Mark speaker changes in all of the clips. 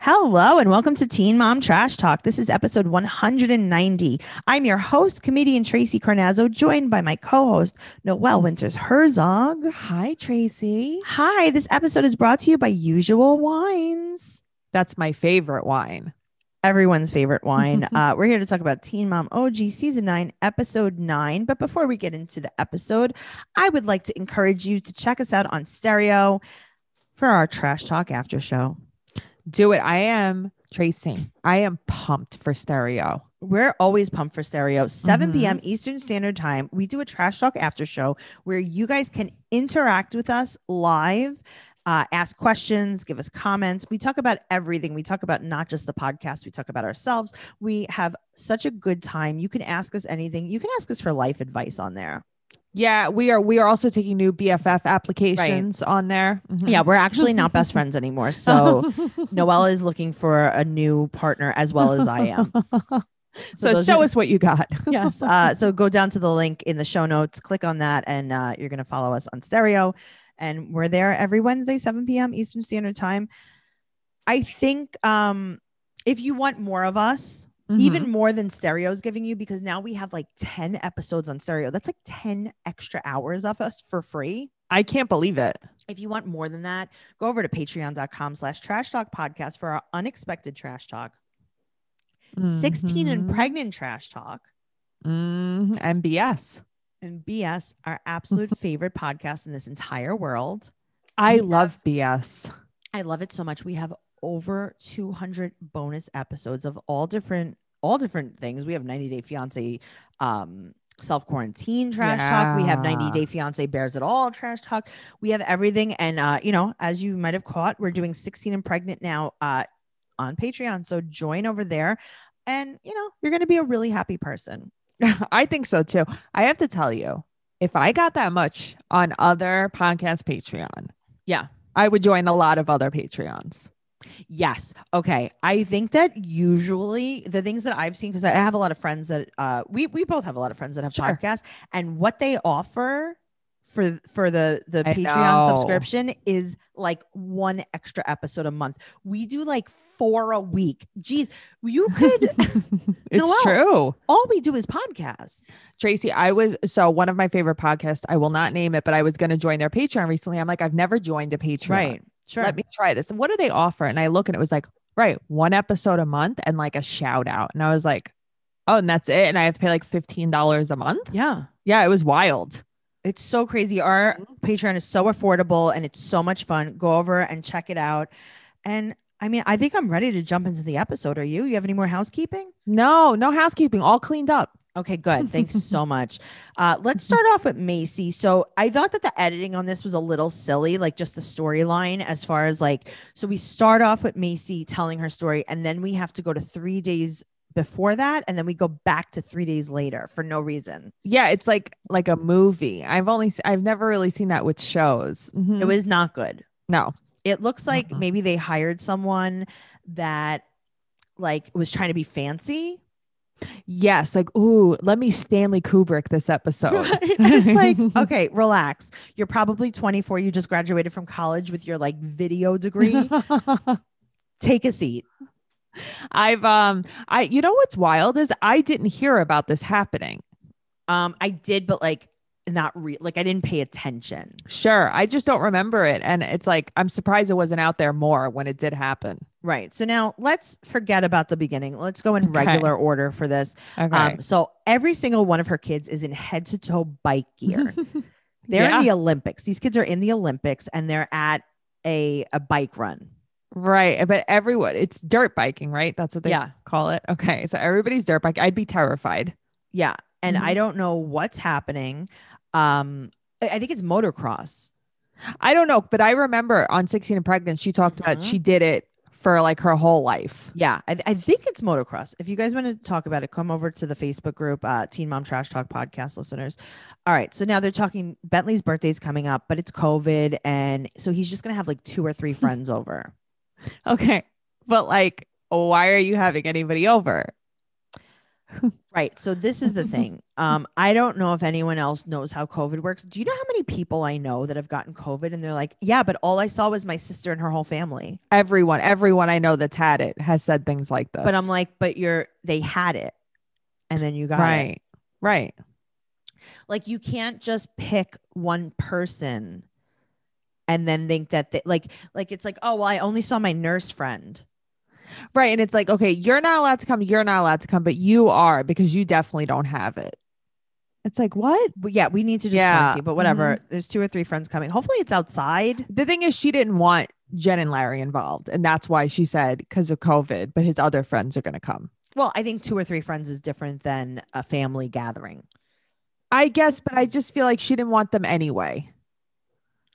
Speaker 1: Hello, and welcome to Teen Mom Trash Talk. This is episode 190. I'm your host, comedian Tracy Carnazzo, joined by my co host, Noelle Winters Herzog.
Speaker 2: Hi, Tracy.
Speaker 1: Hi, this episode is brought to you by Usual Wines.
Speaker 2: That's my favorite wine.
Speaker 1: everyone's favorite wine. uh, we're here to talk about Teen Mom OG season nine, episode nine. But before we get into the episode, I would like to encourage you to check us out on stereo for our trash talk after show.
Speaker 2: Do it. I am Tracy. I am pumped for stereo.
Speaker 1: We're always pumped for stereo. 7
Speaker 2: Mhm.
Speaker 1: p.m. Eastern Standard Time. We do a trash talk after show where you guys can interact with us live, uh, ask questions, give us comments. We talk about everything. We talk about not just the podcast, we talk about ourselves. We have such a good time. You can ask us anything. You can ask us for life advice on there.
Speaker 2: Yeah, we are. We are also taking new BFF applications on there. Mhm.
Speaker 1: Yeah, we're actually not best friends anymore.
Speaker 2: Oh.
Speaker 1: So Noella is looking for a new partner as well as I am.
Speaker 2: so
Speaker 1: those
Speaker 2: show
Speaker 1: are-
Speaker 2: us what you got.
Speaker 1: yes. Uh, so go down to the link in the show notes, click on that, and uh, you're going to follow us on stereo. And we're there every Wednesday, 7 p.m. Eastern Standard Time. I think um, if you want more of us, Mm-hmm. even more than stereo's giving you, because now we have like 10 episodes on stereo, that's like 10 extra hours of us for free.
Speaker 2: I can't believe it.
Speaker 1: If you want more than that, go over to patreon.com slash trash talk podcast for our unexpected trash talk, 16 and
Speaker 2: Mhm.
Speaker 1: pregnant trash talk.
Speaker 2: Mhm. MBS.
Speaker 1: and BS, our absolute favorite podcast in this entire world.
Speaker 2: I
Speaker 1: We have-
Speaker 2: love BS.
Speaker 1: I love it so much. We have over 200 bonus episodes of all different all different things. We have 90 Day Fiance um self quarantine trash talk. We have 90
Speaker 2: Yeah.
Speaker 1: Day Fiance bears it all trash talk. We have everything and uh you know, as you might have caught, we're doing 16 and pregnant now uh on Patreon. So join over there and you know, you're going to be a really happy person.
Speaker 2: I think so too. I have to tell you, if I got that much on other podcast Patreon,
Speaker 1: Yeah.
Speaker 2: I would join a lot of other Patreons.
Speaker 1: Yes. Okay. I think that usually the things that I've seen, because I have a lot of friends that uh, we we both have a lot of friends that have
Speaker 2: Sure.
Speaker 1: podcasts, and what they offer for for the the
Speaker 2: I
Speaker 1: Patreon
Speaker 2: know.
Speaker 1: subscription is like one extra episode a month. We do like four a week. Geez, you could.
Speaker 2: it's
Speaker 1: Noelle.
Speaker 2: true.
Speaker 1: all we do is podcasts.
Speaker 2: Tracy, I was so one of my favorite podcasts, I will not name it, but I was going to join their Patreon recently. I'm like, I've never joined a Patreon.
Speaker 1: Right. Sure.
Speaker 2: Let me try this. What do they offer? And I look and it was like, right, one episode a month and like a shout out. And I was like, oh, and that's it. And I have to pay like $15 a month.
Speaker 1: yeah.
Speaker 2: Yeah, it was wild.
Speaker 1: It's so crazy. Our
Speaker 2: Mhm.
Speaker 1: Patreon is so affordable and it's so much fun. Go over and check it out. And I mean, I think I'm ready to jump into the episode. Are you? You have any more housekeeping?
Speaker 2: No, no housekeeping, all cleaned up.
Speaker 1: Okay, good. Thanks so much. Uh, let's start off with Macy. So I thought that the editing on this was a little silly, like just the storyline, as far as like, so we start off with Macy telling her story, and then we have to go to three days before that, and then we go back to three days later for no reason.
Speaker 2: Yeah, it's like like a movie. I've only se- I've never really seen that with shows. Mhm.
Speaker 1: It was not good.
Speaker 2: no.
Speaker 1: It looks like
Speaker 2: Mhm.
Speaker 1: maybe they hired someone that like was trying to be fancy.
Speaker 2: Yes, like ooh, let me Stanley Kubrick this episode.
Speaker 1: Right? And it's like, okay, relax. You're probably 24. You just graduated from college with your like video degree. Take a seat.
Speaker 2: I've um I you know what's wild is I didn't hear about this happening.
Speaker 1: Um, I did, but like not re like I didn't pay attention.
Speaker 2: Sure, I just don't remember it and it's like I'm surprised it wasn't out there more when it did happen.
Speaker 1: Right. So now let's forget about the beginning. Let's go in
Speaker 2: Okay.
Speaker 1: regular order for this.
Speaker 2: Okay.
Speaker 1: Um, so every single one of her kids is in head to toe bike gear. They're
Speaker 2: Yeah.
Speaker 1: in the Olympics. These kids are in the Olympics and they're at a a bike run.
Speaker 2: right, but everyone it's dirt biking, right? That's what they
Speaker 1: Yeah.
Speaker 2: call it. Okay. So everybody's dirt bike. I'd be terrified.
Speaker 1: Yeah. And I
Speaker 2: Mhm.
Speaker 1: don't know what's happening. Um I I think it's motocross.
Speaker 2: I don't know, but I remember on 16 and pregnant she talked about
Speaker 1: Mhm.
Speaker 2: she did it for like her whole life.
Speaker 1: Yeah, I, I think it's motocross. If you guys want to talk about it, come over to the Facebook group, uh, Teen Mom Trash Talk podcast listeners. All right, so now they're talking Bentley's birthday's coming up, but it's COVID, and so he's just gonna have like two or three friends over.
Speaker 2: Okay. But like why are you having anybody over?
Speaker 1: Right. So this is the thing. Um, I don't know if anyone else knows how COVID works. Do you know how many people I know that have gotten COVID and they're like, yeah, but all I saw was my sister and her whole family.
Speaker 2: Everyone, everyone I know that's had it has said things like this.
Speaker 1: But I'm like, but you're they had it, and then you got
Speaker 2: right,
Speaker 1: it.
Speaker 2: right.
Speaker 1: Like you can't just pick one person, and then think that they like like it's like oh well I only saw my nurse friend.
Speaker 2: Right. And it's like, okay, you're not allowed to come. You're not allowed to come, but you are because you definitely don't have it. It's like, what?
Speaker 1: But yeah, we need to just
Speaker 2: Yeah. Mm-hmm.
Speaker 1: quarantine. But whatever. There's two or three friends coming. Hopefully it's outside.
Speaker 2: The thing is, she didn't want Jen and Larry involved. And that's why she said, because of COVID, but his other friends are going to come.
Speaker 1: Well, I think two or three friends is different than a family gathering.
Speaker 2: I guess, but I just feel like she didn't want them anyway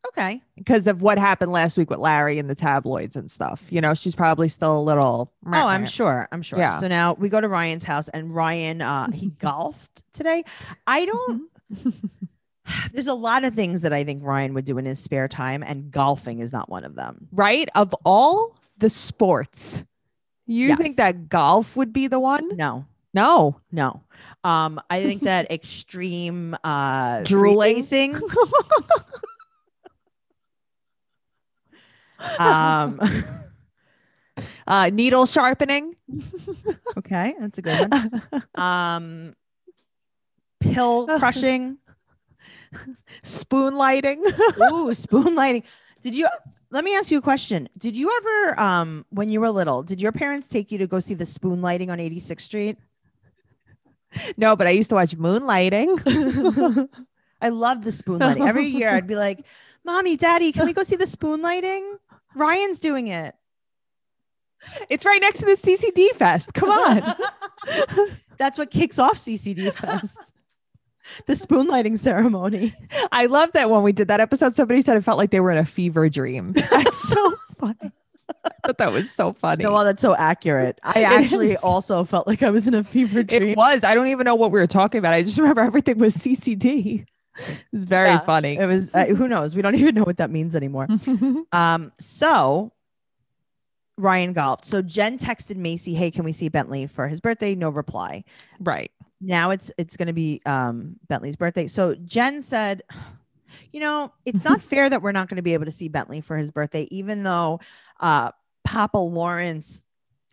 Speaker 1: Okay.
Speaker 2: because of what happened last week with Larry and the tabloids and stuff. You know, she's probably still a little.
Speaker 1: Oh, I'm sure. I'm sure.
Speaker 2: Yeah.
Speaker 1: So now we go to Ryan's house and Ryan uh he golfed today. I
Speaker 2: Mm-hmm.
Speaker 1: don't there's a lot of things that I think Ryan would do in his spare time and golfing is not one of them.
Speaker 2: Right. Of all the sports, you
Speaker 1: Yes.
Speaker 2: think that golf would be the one?
Speaker 1: No.
Speaker 2: No.
Speaker 1: No. Um I think that extreme uh
Speaker 2: Drooling.
Speaker 1: freebasing, um
Speaker 2: uh, needle sharpening.
Speaker 1: okay, that's a good one. Um pill crushing.
Speaker 2: spoon lighting.
Speaker 1: Ooh, spoon lighting. Did you let me ask you a question? Did you ever um when you were little, did your parents take you to go see the spoon lighting on 86th Street?
Speaker 2: no, but I used to watch moonlighting.
Speaker 1: I love the spoon lighting. Every year I'd be like, Mommy, Daddy, can we go see the spoon lighting? Ryan's doing it.
Speaker 2: it's right next to the CCD Fest. Come on.
Speaker 1: That's what kicks off CCD Fest. the spoon lighting ceremony.
Speaker 2: I love that when we did that episode, somebody said it felt like they were in a fever dream. That's so funny. But that was so funny.
Speaker 1: No, well, that's so accurate. I
Speaker 2: It
Speaker 1: actually
Speaker 2: is.
Speaker 1: also felt like I was in a fever dream.
Speaker 2: it was. I don't even know what we were talking about. I just remember everything was CCD. It's very
Speaker 1: Yeah.
Speaker 2: funny.
Speaker 1: It was uh, who knows? We don't even know what that means anymore. Um, so Ryan golfed. So Jen texted Macy, "Hey, can we see Bentley for his birthday?" No reply.
Speaker 2: right.
Speaker 1: Now it's it's going to be um, Bentley's birthday. So Jen said, "You know, it's not fair that we're not going to be able to see Bentley for his birthday, even though uh, Papa Lawrence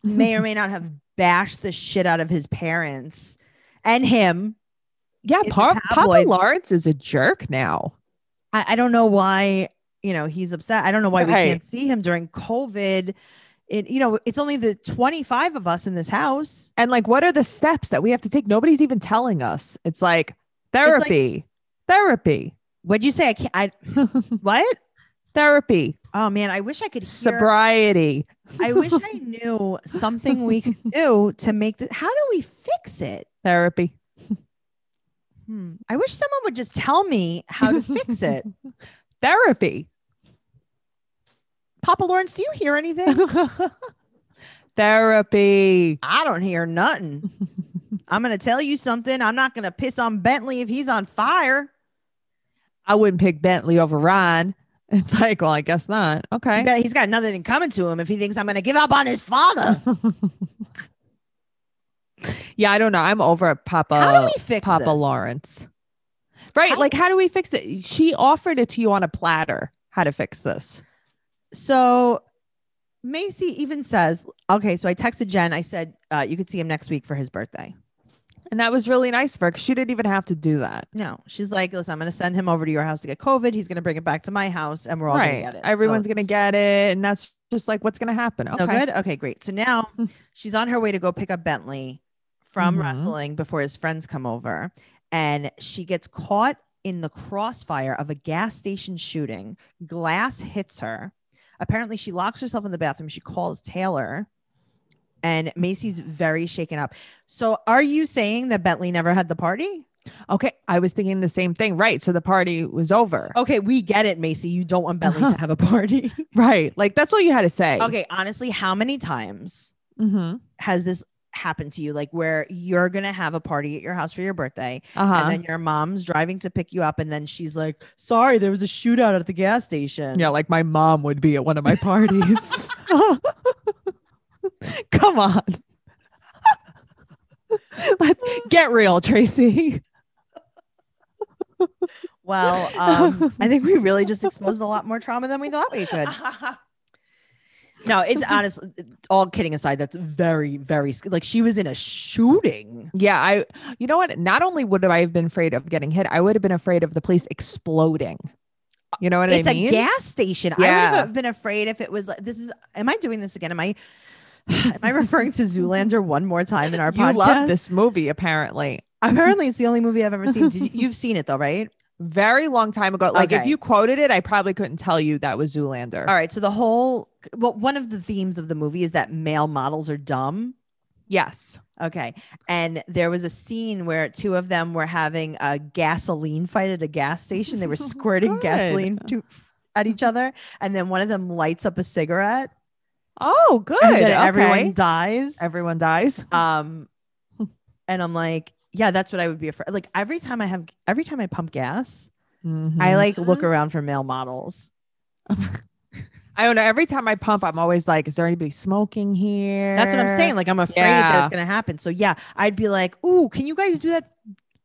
Speaker 1: may or may not have bashed the shit out of his parents and him."
Speaker 2: Yeah,
Speaker 1: It's the
Speaker 2: Pa- Papa
Speaker 1: tabloids.
Speaker 2: Lawrence is a jerk now.
Speaker 1: I, I don't know why you know he's upset. I don't know why we
Speaker 2: Right.
Speaker 1: can't see him during COVID. It you know it's only the twenty five of us in this house.
Speaker 2: And like, what are the steps that we have to take? Nobody's even telling us. It's like therapy, therapy,
Speaker 1: What'd you say? I can't. I what?
Speaker 2: therapy,
Speaker 1: Oh man, I wish I could. Hear,
Speaker 2: sobriety.
Speaker 1: I wish I knew something we could do to make this. How do we fix it?
Speaker 2: Therapy.
Speaker 1: Hmm. I wish someone would just tell me how to fix it.
Speaker 2: Therapy.
Speaker 1: Papa Lawrence, do you hear anything?
Speaker 2: therapy.
Speaker 1: I don't hear nothing. I'm gonna tell you something. I'm not gonna piss on Bentley if he's on fire.
Speaker 2: I wouldn't pick Bentley over Ron. It's like, well, I guess not.
Speaker 1: You
Speaker 2: Okay.
Speaker 1: bet he's got nothing coming to him if he thinks I'm going to give up on his father.
Speaker 2: Yeah, I don't know. I'm over Papa
Speaker 1: How do we fix
Speaker 2: Papa
Speaker 1: this?
Speaker 2: Lawrence. Right?
Speaker 1: How-
Speaker 2: like how do we fix it? She offered it to you on a platter. How to fix this.
Speaker 1: So Macy even says, okay, so I texted Jen. I said, uh, you could see him next week for his birthday.
Speaker 2: And that was really nice of her 'cause she didn't even have to do that.
Speaker 1: No, she's like, listen, I'm going to send him over to your house to get COVID. He's going to bring it back to my house and we're all going
Speaker 2: right.
Speaker 1: to get it. So,
Speaker 2: Everyone's gonna get it. And that's just like what's gonna happen. Okay.
Speaker 1: no good. Okay, great. So now she's on her way to go pick up Bentley from
Speaker 2: Mhm.
Speaker 1: wrestling before his friends come over. And she gets caught in the crossfire of a gas station shooting. Glass hits her. Apparently, she locks herself in the bathroom. She calls Taylor. And Macy's very shaken up. So, are you saying that Bentley never had the party?
Speaker 2: Okay. I was thinking the same thing. Right. So the party was over.
Speaker 1: Okay, we get it, Macy. You don't want Bentley to have a party.
Speaker 2: Right. Like that's all you had to say.
Speaker 1: okay, honestly, how many times
Speaker 2: Mm-hmm.
Speaker 1: has this happened to you? Like, where you're going to have a party at your house for your birthday,
Speaker 2: Uh-huh.
Speaker 1: and then your mom's driving to pick you up and then she's like sorry there was a shootout at the gas station
Speaker 2: yeah, like my mom would be at one of my parties. Come on. Let's Get real, Tracy.
Speaker 1: Well, um, I think we really just exposed a lot more trauma than we thought we could. No, it's honestly all kidding aside. That's very, very sc- like she was in a shooting.
Speaker 2: yeah, I you know what? Not only would I have been afraid of getting hit, I would have been afraid of the place exploding. You know what
Speaker 1: It's
Speaker 2: I mean?
Speaker 1: a gas station. I would
Speaker 2: Yeah.
Speaker 1: have been afraid if it was like this is. Am I doing this again? Am I? Am I referring to Zoolander one more time in our
Speaker 2: you
Speaker 1: podcast?
Speaker 2: love this movie, apparently.
Speaker 1: Apparently, it's the only movie I've ever seen. Did you, you've seen it though, right?
Speaker 2: Very long time ago. Like if
Speaker 1: Okay.
Speaker 2: you quoted it, I probably couldn't tell you that was Zoolander.
Speaker 1: All right. So the whole well, one of the themes of the movie is that male models are dumb.
Speaker 2: Yes.
Speaker 1: Okay. And there was a scene where two of them were having a gasoline fight at a gas station. They were squirting
Speaker 2: Good.
Speaker 1: gasoline to, at each other. And then one of them lights up a cigarette
Speaker 2: Oh, good.
Speaker 1: and then
Speaker 2: Okay.
Speaker 1: everyone dies.
Speaker 2: everyone dies.
Speaker 1: Um, and I'm like, yeah, that's what I would be afraid. Like every time I have, every time I pump gas,
Speaker 2: Mm-hmm.
Speaker 1: I like look around for male models.
Speaker 2: I don't know. Every time I pump, I'm always like, is there anybody smoking here?
Speaker 1: That's what I'm saying. Like I'm afraid that
Speaker 2: Yeah.
Speaker 1: it's going to happen. So yeah, I'd be like, ooh, can you guys do that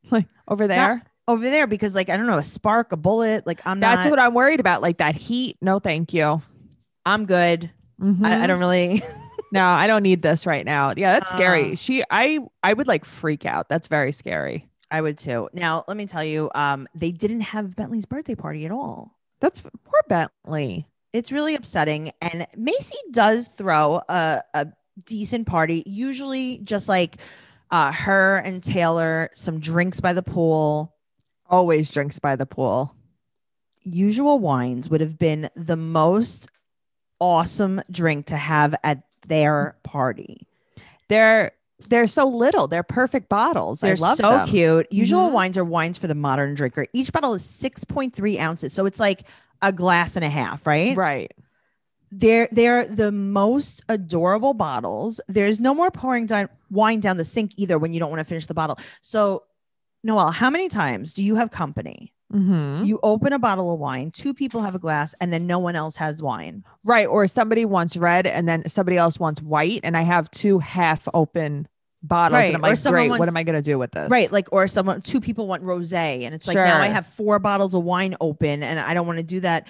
Speaker 2: Like over there.
Speaker 1: over there? Because like, I don't know, a spark, a bullet, like I'm
Speaker 2: That's
Speaker 1: not,
Speaker 2: what I'm worried about. Like that heat. No, thank you.
Speaker 1: I'm good. I, I
Speaker 2: Mhm.
Speaker 1: don't really.
Speaker 2: No, I don't need this right now. Yeah, that's scary.
Speaker 1: Uh.
Speaker 2: She, I, I would like freak out. That's very scary.
Speaker 1: I would too. Now, let me tell you, um, they didn't have Bentley's birthday party at all.
Speaker 2: That's poor Bentley.
Speaker 1: It's really upsetting. And Macy does throw a, a decent party, usually just like uh, her and Taylor, some drinks by the pool.
Speaker 2: Always drinks by the pool.
Speaker 1: Usual wines would have been the most awesome drink to have at their party.
Speaker 2: They're they're so little. They're perfect bottles.
Speaker 1: They're
Speaker 2: I love
Speaker 1: so
Speaker 2: them.
Speaker 1: cute. Usual
Speaker 2: Mhm.
Speaker 1: wines are wines for the modern drinker. Each bottle is 6.3 ounces. So it's like a glass and a half, right?
Speaker 2: Right.
Speaker 1: They're they're the most adorable bottles. There's no more pouring down wine down the sink either when you don't want to finish the bottle. So, Noel, how many times do you have company?
Speaker 2: hmm
Speaker 1: You open a bottle of wine, two people have a glass, and then no one else has wine.
Speaker 2: Right. Or somebody wants red and then somebody else wants white, and I have two half open bottles.
Speaker 1: Right,
Speaker 2: And I'm
Speaker 1: or
Speaker 2: like,
Speaker 1: someone
Speaker 2: great. what
Speaker 1: wants-
Speaker 2: am I gonna do with this?
Speaker 1: Right. Like, or someone two people want rose, and it's like now I
Speaker 2: Sure.
Speaker 1: have four bottles of wine open and I don't want to do that.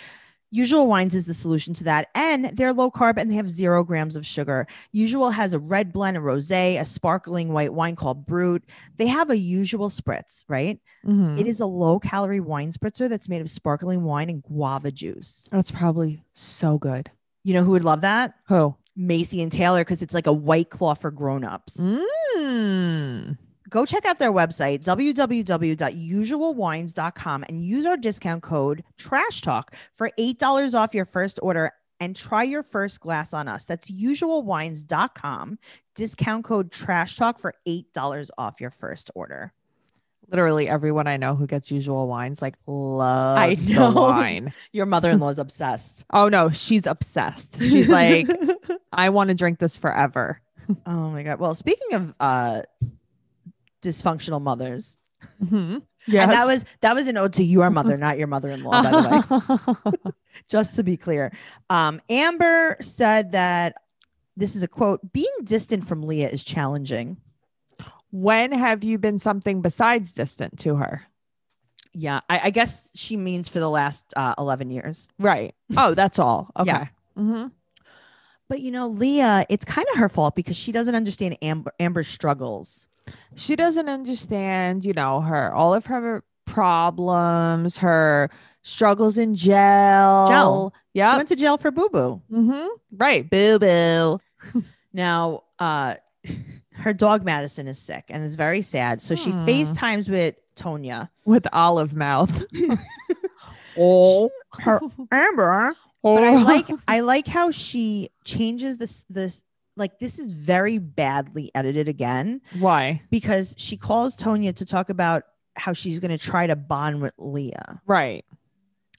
Speaker 1: Usual wines is the solution to that. And they're low carb and they have zero grams of sugar. Usual has a red blend, a rose, a sparkling white wine called Brut. They have a usual spritz, right?
Speaker 2: Mhm.
Speaker 1: It is a low calorie wine spritzer that's made of sparkling wine and guava juice.
Speaker 2: That's probably so good.
Speaker 1: You know who would love that?
Speaker 2: Who?
Speaker 1: Macy and Taylor, because it's like a white claw for grown-ups.
Speaker 2: Mm.
Speaker 1: go check out their website www.usualwines.com and use our discount code trash talk for $8 off your first order and try your first glass on us that's usualwines.com discount code trash talk for $8 off your first order
Speaker 2: Literally everyone I know who gets usual wines like loves
Speaker 1: know.
Speaker 2: the wine.
Speaker 1: your mother-in-law is obsessed
Speaker 2: Oh no, she's obsessed. She's like, I want to drink this forever.
Speaker 1: oh my god well speaking of uh dysfunctional mothers
Speaker 2: Mhm.
Speaker 1: and that
Speaker 2: Yes.
Speaker 1: was that was an ode to your mother not your mother-in-law Oh, by the way just to be clear. Um, Amber said that this is a quote being distant from Leah is challenging.
Speaker 2: when have you been something besides distant to her?
Speaker 1: Yeah, I, I guess she means for the last uh, 11 years.
Speaker 2: Right. Oh, that's all. Okay.
Speaker 1: Yeah.
Speaker 2: hmm
Speaker 1: But you know, Leah, it's kind of her fault because she doesn't understand Amber Amber's struggles.
Speaker 2: She doesn't understand, you know, her all of her problems, her struggles in jail.
Speaker 1: Jail. She
Speaker 2: Yeah.
Speaker 1: went to jail for boo boo.
Speaker 2: hmm Right. Boo boo.
Speaker 1: Now, uh, her dog Madison is sick and is very sad. So she
Speaker 2: Hmm.
Speaker 1: FaceTimes with Tonya.
Speaker 2: with olive mouth. oh,
Speaker 1: Her Amber, but I like I like how she changes this this like this is very badly edited again
Speaker 2: why?
Speaker 1: because she calls Tonya to talk about how she's going to try to bond with Leah.
Speaker 2: Right.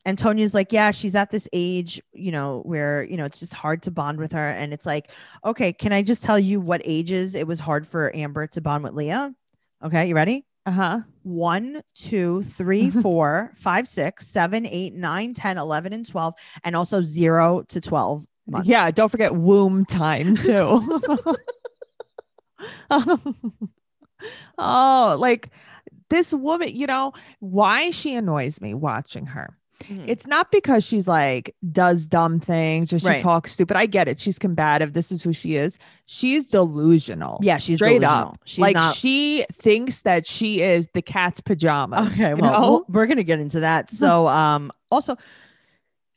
Speaker 1: And Tonya's like, "Yeah, she's at this age, you know, where, you know, it's just hard to bond with her." And it's like, "Okay, can I just tell you what ages it was hard for Amber to bond with Leah?" Okay, you ready?
Speaker 2: Uh huh.
Speaker 1: One, two, three, four, five, six, seven, eight, nine, 10, 11, and 12, and also 0 to 12 months.
Speaker 2: Yeah. Don't forget womb time too. oh, like this woman, you know, why she annoys me watching her.
Speaker 1: Mhm.
Speaker 2: It's not because she's like does dumb things or she
Speaker 1: Right.
Speaker 2: talks stupid. I get it. She's combative. This is who she is. She's delusional.
Speaker 1: yeah, she's
Speaker 2: straight
Speaker 1: delusional.
Speaker 2: up.
Speaker 1: She's
Speaker 2: like
Speaker 1: not.
Speaker 2: she thinks that she is the cat's pajamas.
Speaker 1: okay,
Speaker 2: you
Speaker 1: well,
Speaker 2: know?
Speaker 1: we'll- we're gonna get into that. So, um, also,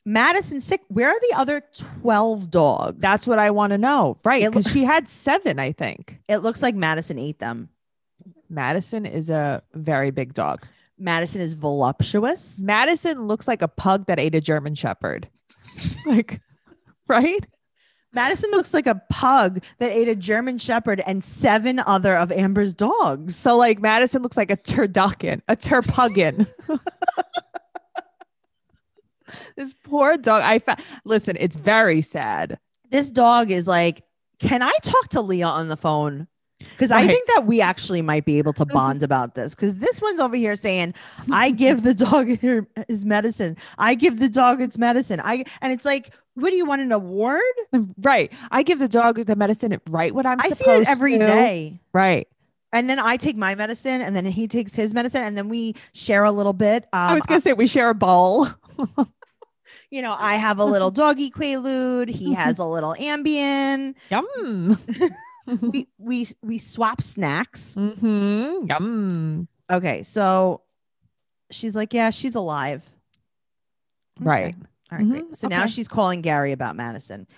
Speaker 1: Madison sick. Where are the other twelve dogs?
Speaker 2: That's what I want to know. Right.
Speaker 1: It lo-
Speaker 2: Because she had seven, I think.
Speaker 1: it looks like Madison ate them.
Speaker 2: Madison is a very big dog.
Speaker 1: Madison is voluptuous.
Speaker 2: Hmm. Madison looks like a pug that ate a German Shepherd. like, right?
Speaker 1: Madison looks like a pug that ate a German Shepherd and seven other of Amber's dogs.
Speaker 2: So, like, Madison looks like a turducken, a turpuggin. this poor dog. I fa- listen, it's very sad.
Speaker 1: this dog is like, can I talk to Leah on the phone? Because I
Speaker 2: Right. Mm-hmm.
Speaker 1: think that we actually might be able to bond about this. Because this one's over here saying, "I give the dog her- his medicine. I give the dog its medicine." I and it's like, what do you want an award?
Speaker 2: Right. I give the dog the medicine right what I'm
Speaker 1: i
Speaker 2: supposed
Speaker 1: feed it every
Speaker 2: to.
Speaker 1: day,
Speaker 2: Right.
Speaker 1: and then I take my medicine, and then he takes his medicine, and then we share a little bit. Um,
Speaker 2: I was going to say we share a bowl.
Speaker 1: you know, I have a little doggy quaalude.
Speaker 2: Mm-hmm.
Speaker 1: He has a little Ambien.
Speaker 2: Yum.
Speaker 1: We
Speaker 2: Mm-hmm.
Speaker 1: we we swap snacks.
Speaker 2: hmm Yum.
Speaker 1: Okay, so she's like, yeah, she's alive. Okay.
Speaker 2: Right.
Speaker 1: All right,
Speaker 2: Mhm,
Speaker 1: great. So now
Speaker 2: okay.
Speaker 1: she's calling Gary about Madison.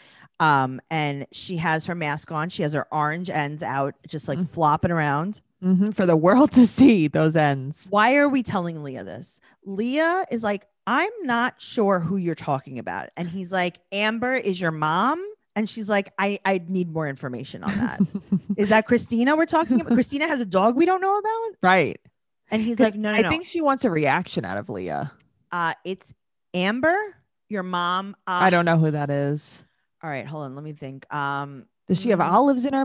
Speaker 1: Um, and she has her mask on. She has her orange ends out, just like
Speaker 2: Mm.
Speaker 1: flopping around.
Speaker 2: hmm For the world to see those ends.
Speaker 1: Why are we telling Leah this? Leah is like, I'm not sure who you're talking about. And he's like, Amber is your mom. And she's like, I, I need more information on that. Is that Christina we're talking about? Christina has a dog we don't know about?
Speaker 2: right.
Speaker 1: And he's
Speaker 2: 'Cause
Speaker 1: like, no, no,
Speaker 2: I
Speaker 1: no.
Speaker 2: think she wants a reaction out of Leah.
Speaker 1: uh, it's Amber, your mom. Uh,
Speaker 2: I don't know who that is.
Speaker 1: All right, hold on. Let me think. Um,
Speaker 2: Does she have
Speaker 1: Mm.
Speaker 2: olives in her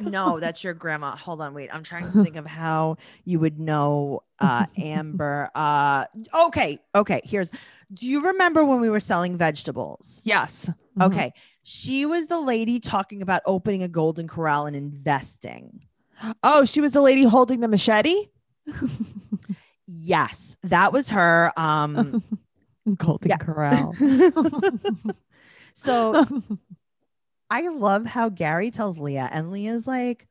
Speaker 1: no, that's your grandma. Hold on, wait. I'm trying to think of how you would know uh, Amber. Uh, okay, okay. Here's. Do you remember when we were selling vegetables?
Speaker 2: yes. Mhm.
Speaker 1: Okay, she was the lady talking about opening a golden corral and investing.
Speaker 2: Oh, she was the lady holding the machete?
Speaker 1: Yes, that was her. Um,
Speaker 2: Golden
Speaker 1: Yeah.
Speaker 2: Corral.
Speaker 1: so I love how Gary tells Leah, and Leah's like,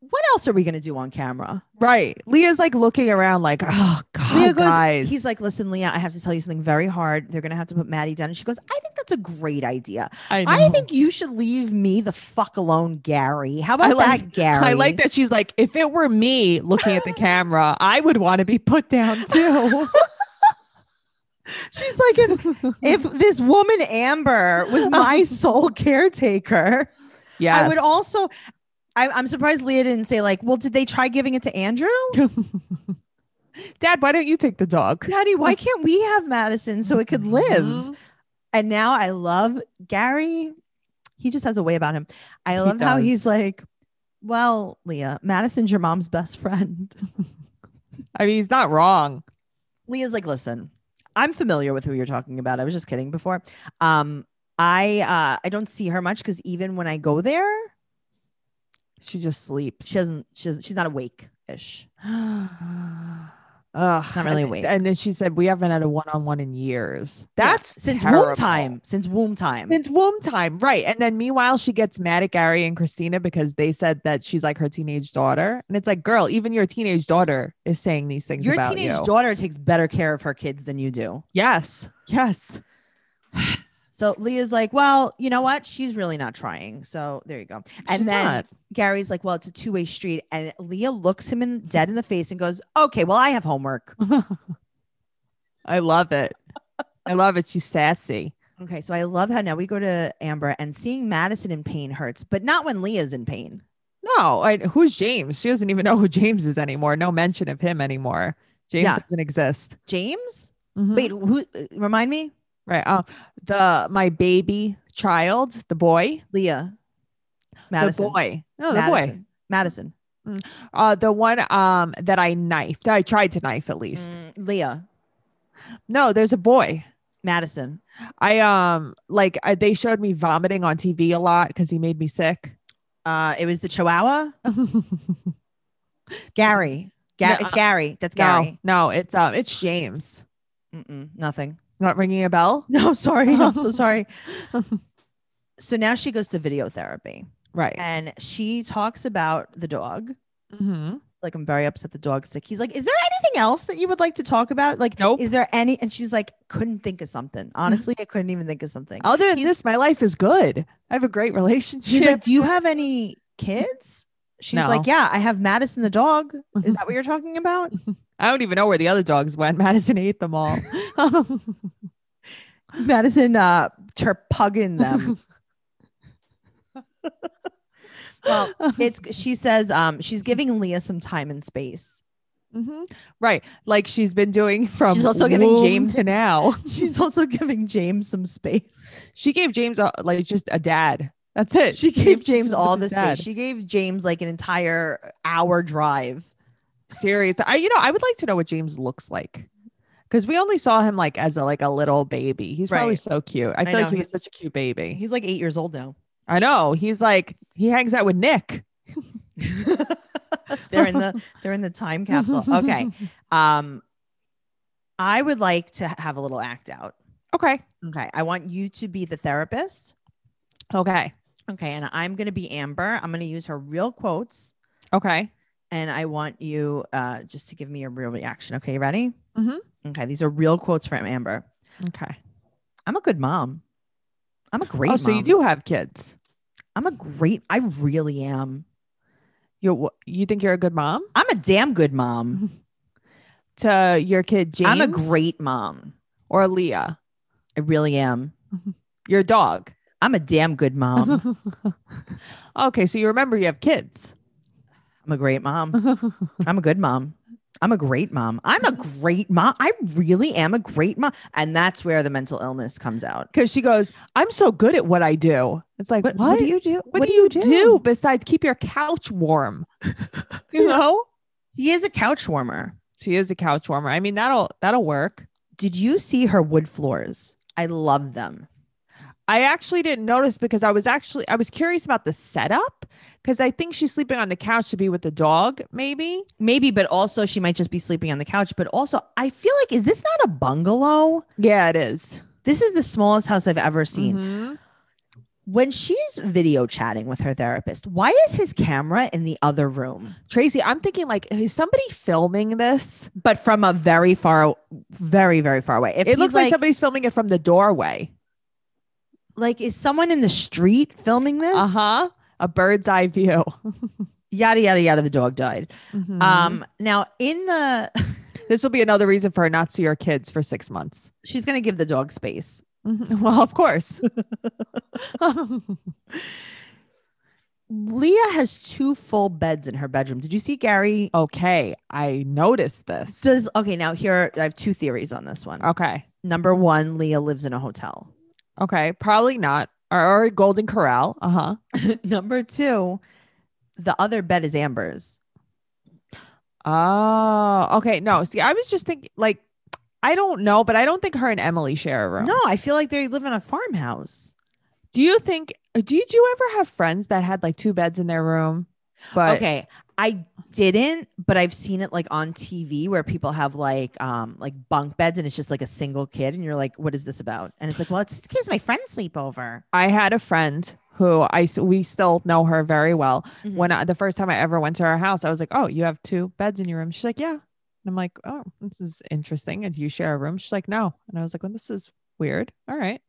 Speaker 1: "What else are we gonna do on camera?"
Speaker 2: right. Leah's like looking around like, oh, God,
Speaker 1: Leah goes,
Speaker 2: guys.
Speaker 1: He's like, "Listen, Leah, I have to tell you something very hard. They're gonna have to put Maddie down." And she goes, "I think that's a great idea.
Speaker 2: I,
Speaker 1: I
Speaker 2: know.
Speaker 1: think you should leave me the fuck alone, Gary. How about
Speaker 2: I like-
Speaker 1: that, Gary?"
Speaker 2: I like that she's like, if it were me looking at the camera, I would want to be put down too.
Speaker 1: She's like, if, if this woman Amber was my sole caretaker,
Speaker 2: yeah.
Speaker 1: I would also. I, I'm surprised Leah didn't say like, "Well, did they try giving it to Andrew?"
Speaker 2: Dad, why don't you take the dog?
Speaker 1: Daddy, why can't we have Madison so it could live?
Speaker 2: Mhm.
Speaker 1: And now I love Gary. He just has a way about him. I love how
Speaker 2: does.
Speaker 1: he's like, well, Leah, Madison's your mom's best friend.
Speaker 2: I mean, he's not wrong.
Speaker 1: Leah's like, listen, I'm familiar with who you're talking about. I was just kidding before. Um, I uh, I don't see her much because even when I go there,
Speaker 2: She just sleeps.
Speaker 1: she doesn't. She doesn't she's not awake ish.
Speaker 2: Ugh,
Speaker 1: Not really
Speaker 2: and-
Speaker 1: awake.
Speaker 2: And then she said, "We haven't had a one-on-one in years. That's
Speaker 1: since womb
Speaker 2: terrible.
Speaker 1: time. Since womb time.
Speaker 2: Since womb time, right? And then meanwhile, she gets mad at Gary and Christina because they said that she's like her teenage daughter, and it's like, girl, even your teenage daughter is saying these things
Speaker 1: your
Speaker 2: about
Speaker 1: teenage
Speaker 2: you.
Speaker 1: daughter takes better care of her kids than you do.
Speaker 2: yes, yes.
Speaker 1: So Leah's like, well, you know what? She's really not trying. So there you go. And
Speaker 2: She's
Speaker 1: then
Speaker 2: not.
Speaker 1: Gary's like, well, it's a two way street. And Leah looks him in dead in the face and goes, okay, well, I have homework.
Speaker 2: I love it. I love it. She's sassy.
Speaker 1: Okay. So I love how now we go to Amber and seeing Madison in pain hurts, but not when Leah's in pain.
Speaker 2: No, I, who's James? She doesn't even know who James is anymore. No mention of him anymore. James
Speaker 1: Yeah.
Speaker 2: doesn't exist.
Speaker 1: James?
Speaker 2: Mhm.
Speaker 1: Wait, who? uh, Remind me?
Speaker 2: right? Oh, the my baby child, the boy,
Speaker 1: Leah. Madison.
Speaker 2: the boy, no, the
Speaker 1: Madison.
Speaker 2: boy,
Speaker 1: Madison.
Speaker 2: uh, the one um that I knifed. I tried to knife at least.
Speaker 1: Mm, Leah.
Speaker 2: No, there's a boy.
Speaker 1: Madison.
Speaker 2: I um like I, they showed me vomiting on TV a lot because he made me sick.
Speaker 1: Uh, it was the Chihuahua. Gary. Ga-
Speaker 2: No. uh,
Speaker 1: it's Gary. That's
Speaker 2: No,
Speaker 1: Gary.
Speaker 2: no, it's um, it's James.
Speaker 1: Mm-mm, nothing.
Speaker 2: Not ringing a bell,
Speaker 1: No, sorry. I'm so sorry. So now she goes to video therapy
Speaker 2: right?
Speaker 1: and she talks about the dog.
Speaker 2: Mm-hmm.
Speaker 1: Like, I'm very upset the dog's sick. He's like, Is there anything else that you would like to talk about? Like,
Speaker 2: Nope.
Speaker 1: is there any? And she's like, Couldn't think of something. Honestly, I couldn't even think of something.
Speaker 2: Other than
Speaker 1: He's-
Speaker 2: this, my life is good. I have a great relationship.
Speaker 1: He's like, Do you have any kids? She's like,
Speaker 2: No.
Speaker 1: Yeah, I have Madison the dog. Is that what you're talking about?
Speaker 2: I don't even know where the other dogs went. Madison ate them all.
Speaker 1: Madison uh terpugging them. well, it's she says um she's giving Leah some time and space.
Speaker 2: hmm Right. Like she's been doing from
Speaker 1: She's also giving
Speaker 2: womb
Speaker 1: James-
Speaker 2: to now.
Speaker 1: She's also giving James some space.
Speaker 2: She gave James a, like just a dad. That's it.
Speaker 1: She gave James
Speaker 2: just
Speaker 1: all
Speaker 2: a
Speaker 1: this
Speaker 2: dad.
Speaker 1: space. She gave James like an entire hour drive.
Speaker 2: Serious. I you know, I would like to know what James looks like. Cuz we only saw him like as a, like a little baby. He's probably
Speaker 1: Right.
Speaker 2: so cute. I feel
Speaker 1: know,
Speaker 2: like he
Speaker 1: he's-
Speaker 2: was such a cute baby.
Speaker 1: He's like 8 years old now.
Speaker 2: I know. He's like he hangs out with Nick.
Speaker 1: they're in the they're in the time capsule. Okay. Um I would like to have a little act out.
Speaker 2: okay.
Speaker 1: Okay. I want you to be the therapist.
Speaker 2: Okay.
Speaker 1: Okay. And I'm going to be Amber. I'm going to use her real quotes.
Speaker 2: Okay.
Speaker 1: And I want you uh, just to give me your real reaction. Okay. You ready?
Speaker 2: Mhm.
Speaker 1: Okay. These are real quotes from Amber.
Speaker 2: Okay.
Speaker 1: I'm a good mom. I'm a great
Speaker 2: Oh, so you
Speaker 1: mom.
Speaker 2: do have kids.
Speaker 1: I'm a great, I really am.
Speaker 2: You you think you're a good mom
Speaker 1: I'm a damn good mom.
Speaker 2: to your kid Mm-hmm. James?
Speaker 1: I'm a great mom.
Speaker 2: or Leah,
Speaker 1: I really am.
Speaker 2: your dog.
Speaker 1: I'm a damn good mom.
Speaker 2: okay, so you remember you have kids.
Speaker 1: I'm a great mom. I'm a good mom. I'm a great mom. I'm a great mom. I really am a great mom. And that's where the mental illness comes out.
Speaker 2: Because she goes, I'm so good at what I do. It's like,
Speaker 1: What,
Speaker 2: what?
Speaker 1: what do you do?
Speaker 2: what do you do? besides keep your couch warm? you know?
Speaker 1: He is a couch warmer.
Speaker 2: She is a couch warmer. I mean, that'll that'll work.
Speaker 1: Did you see her wood floors? I love them.
Speaker 2: I actually didn't notice because I was actually I was curious about the setup because I think she's sleeping on the couch to be with the dog, maybe.
Speaker 1: Maybe, but also she might just be sleeping on the couch. But also, I feel like, is this not a bungalow?
Speaker 2: Yeah, it is.
Speaker 1: This is the smallest house I've ever seen.
Speaker 2: Mhm.
Speaker 1: When she's video chatting with her therapist, why is his camera in the other room?
Speaker 2: Tracy, I'm thinking like, is somebody filming this?
Speaker 1: But from a very far, very, very far away. If
Speaker 2: it looks
Speaker 1: he's
Speaker 2: like somebody's filming it from the doorway.
Speaker 1: like is someone in the street filming this
Speaker 2: Uh huh. A bird's eye view.
Speaker 1: yada yada yada the dog died
Speaker 2: Um,
Speaker 1: um now in the
Speaker 2: this will be another reason for her not to see her kids for six months.
Speaker 1: she's gonna give the dog space
Speaker 2: Mhm. Well, of course.
Speaker 1: leah has two full beds in her bedroom did you see gary
Speaker 2: okay, I noticed this.
Speaker 1: does okay now here i have two theories on this one
Speaker 2: okay,
Speaker 1: number one leah lives in a hotel
Speaker 2: okay, probably not. Or, or Golden Corral. Uh huh.
Speaker 1: number two the other bed is amber's
Speaker 2: Oh, okay. No, see, I was just thinking like. I don't know, but I don't think her and Emily share a room.
Speaker 1: no i feel like they live in a farmhouse
Speaker 2: Do you think? Did you ever have friends that had like two beds in their room? But
Speaker 1: okay i didn't but i've seen it like on tv where people have like um like bunk beds and it's just like a single kid and you're like what is this about and it's like well it's because my friends sleep over
Speaker 2: I had a friend who I s- we still know her very well.
Speaker 1: Mhm.
Speaker 2: When I, the first time I ever went to her house, I was like, "Oh, you have two beds in your room?" She's like, "Yeah." And I'm like, "Oh, this is interesting. And do you share a room?" She's like, "No." And I was like, "Well, this is weird. All right,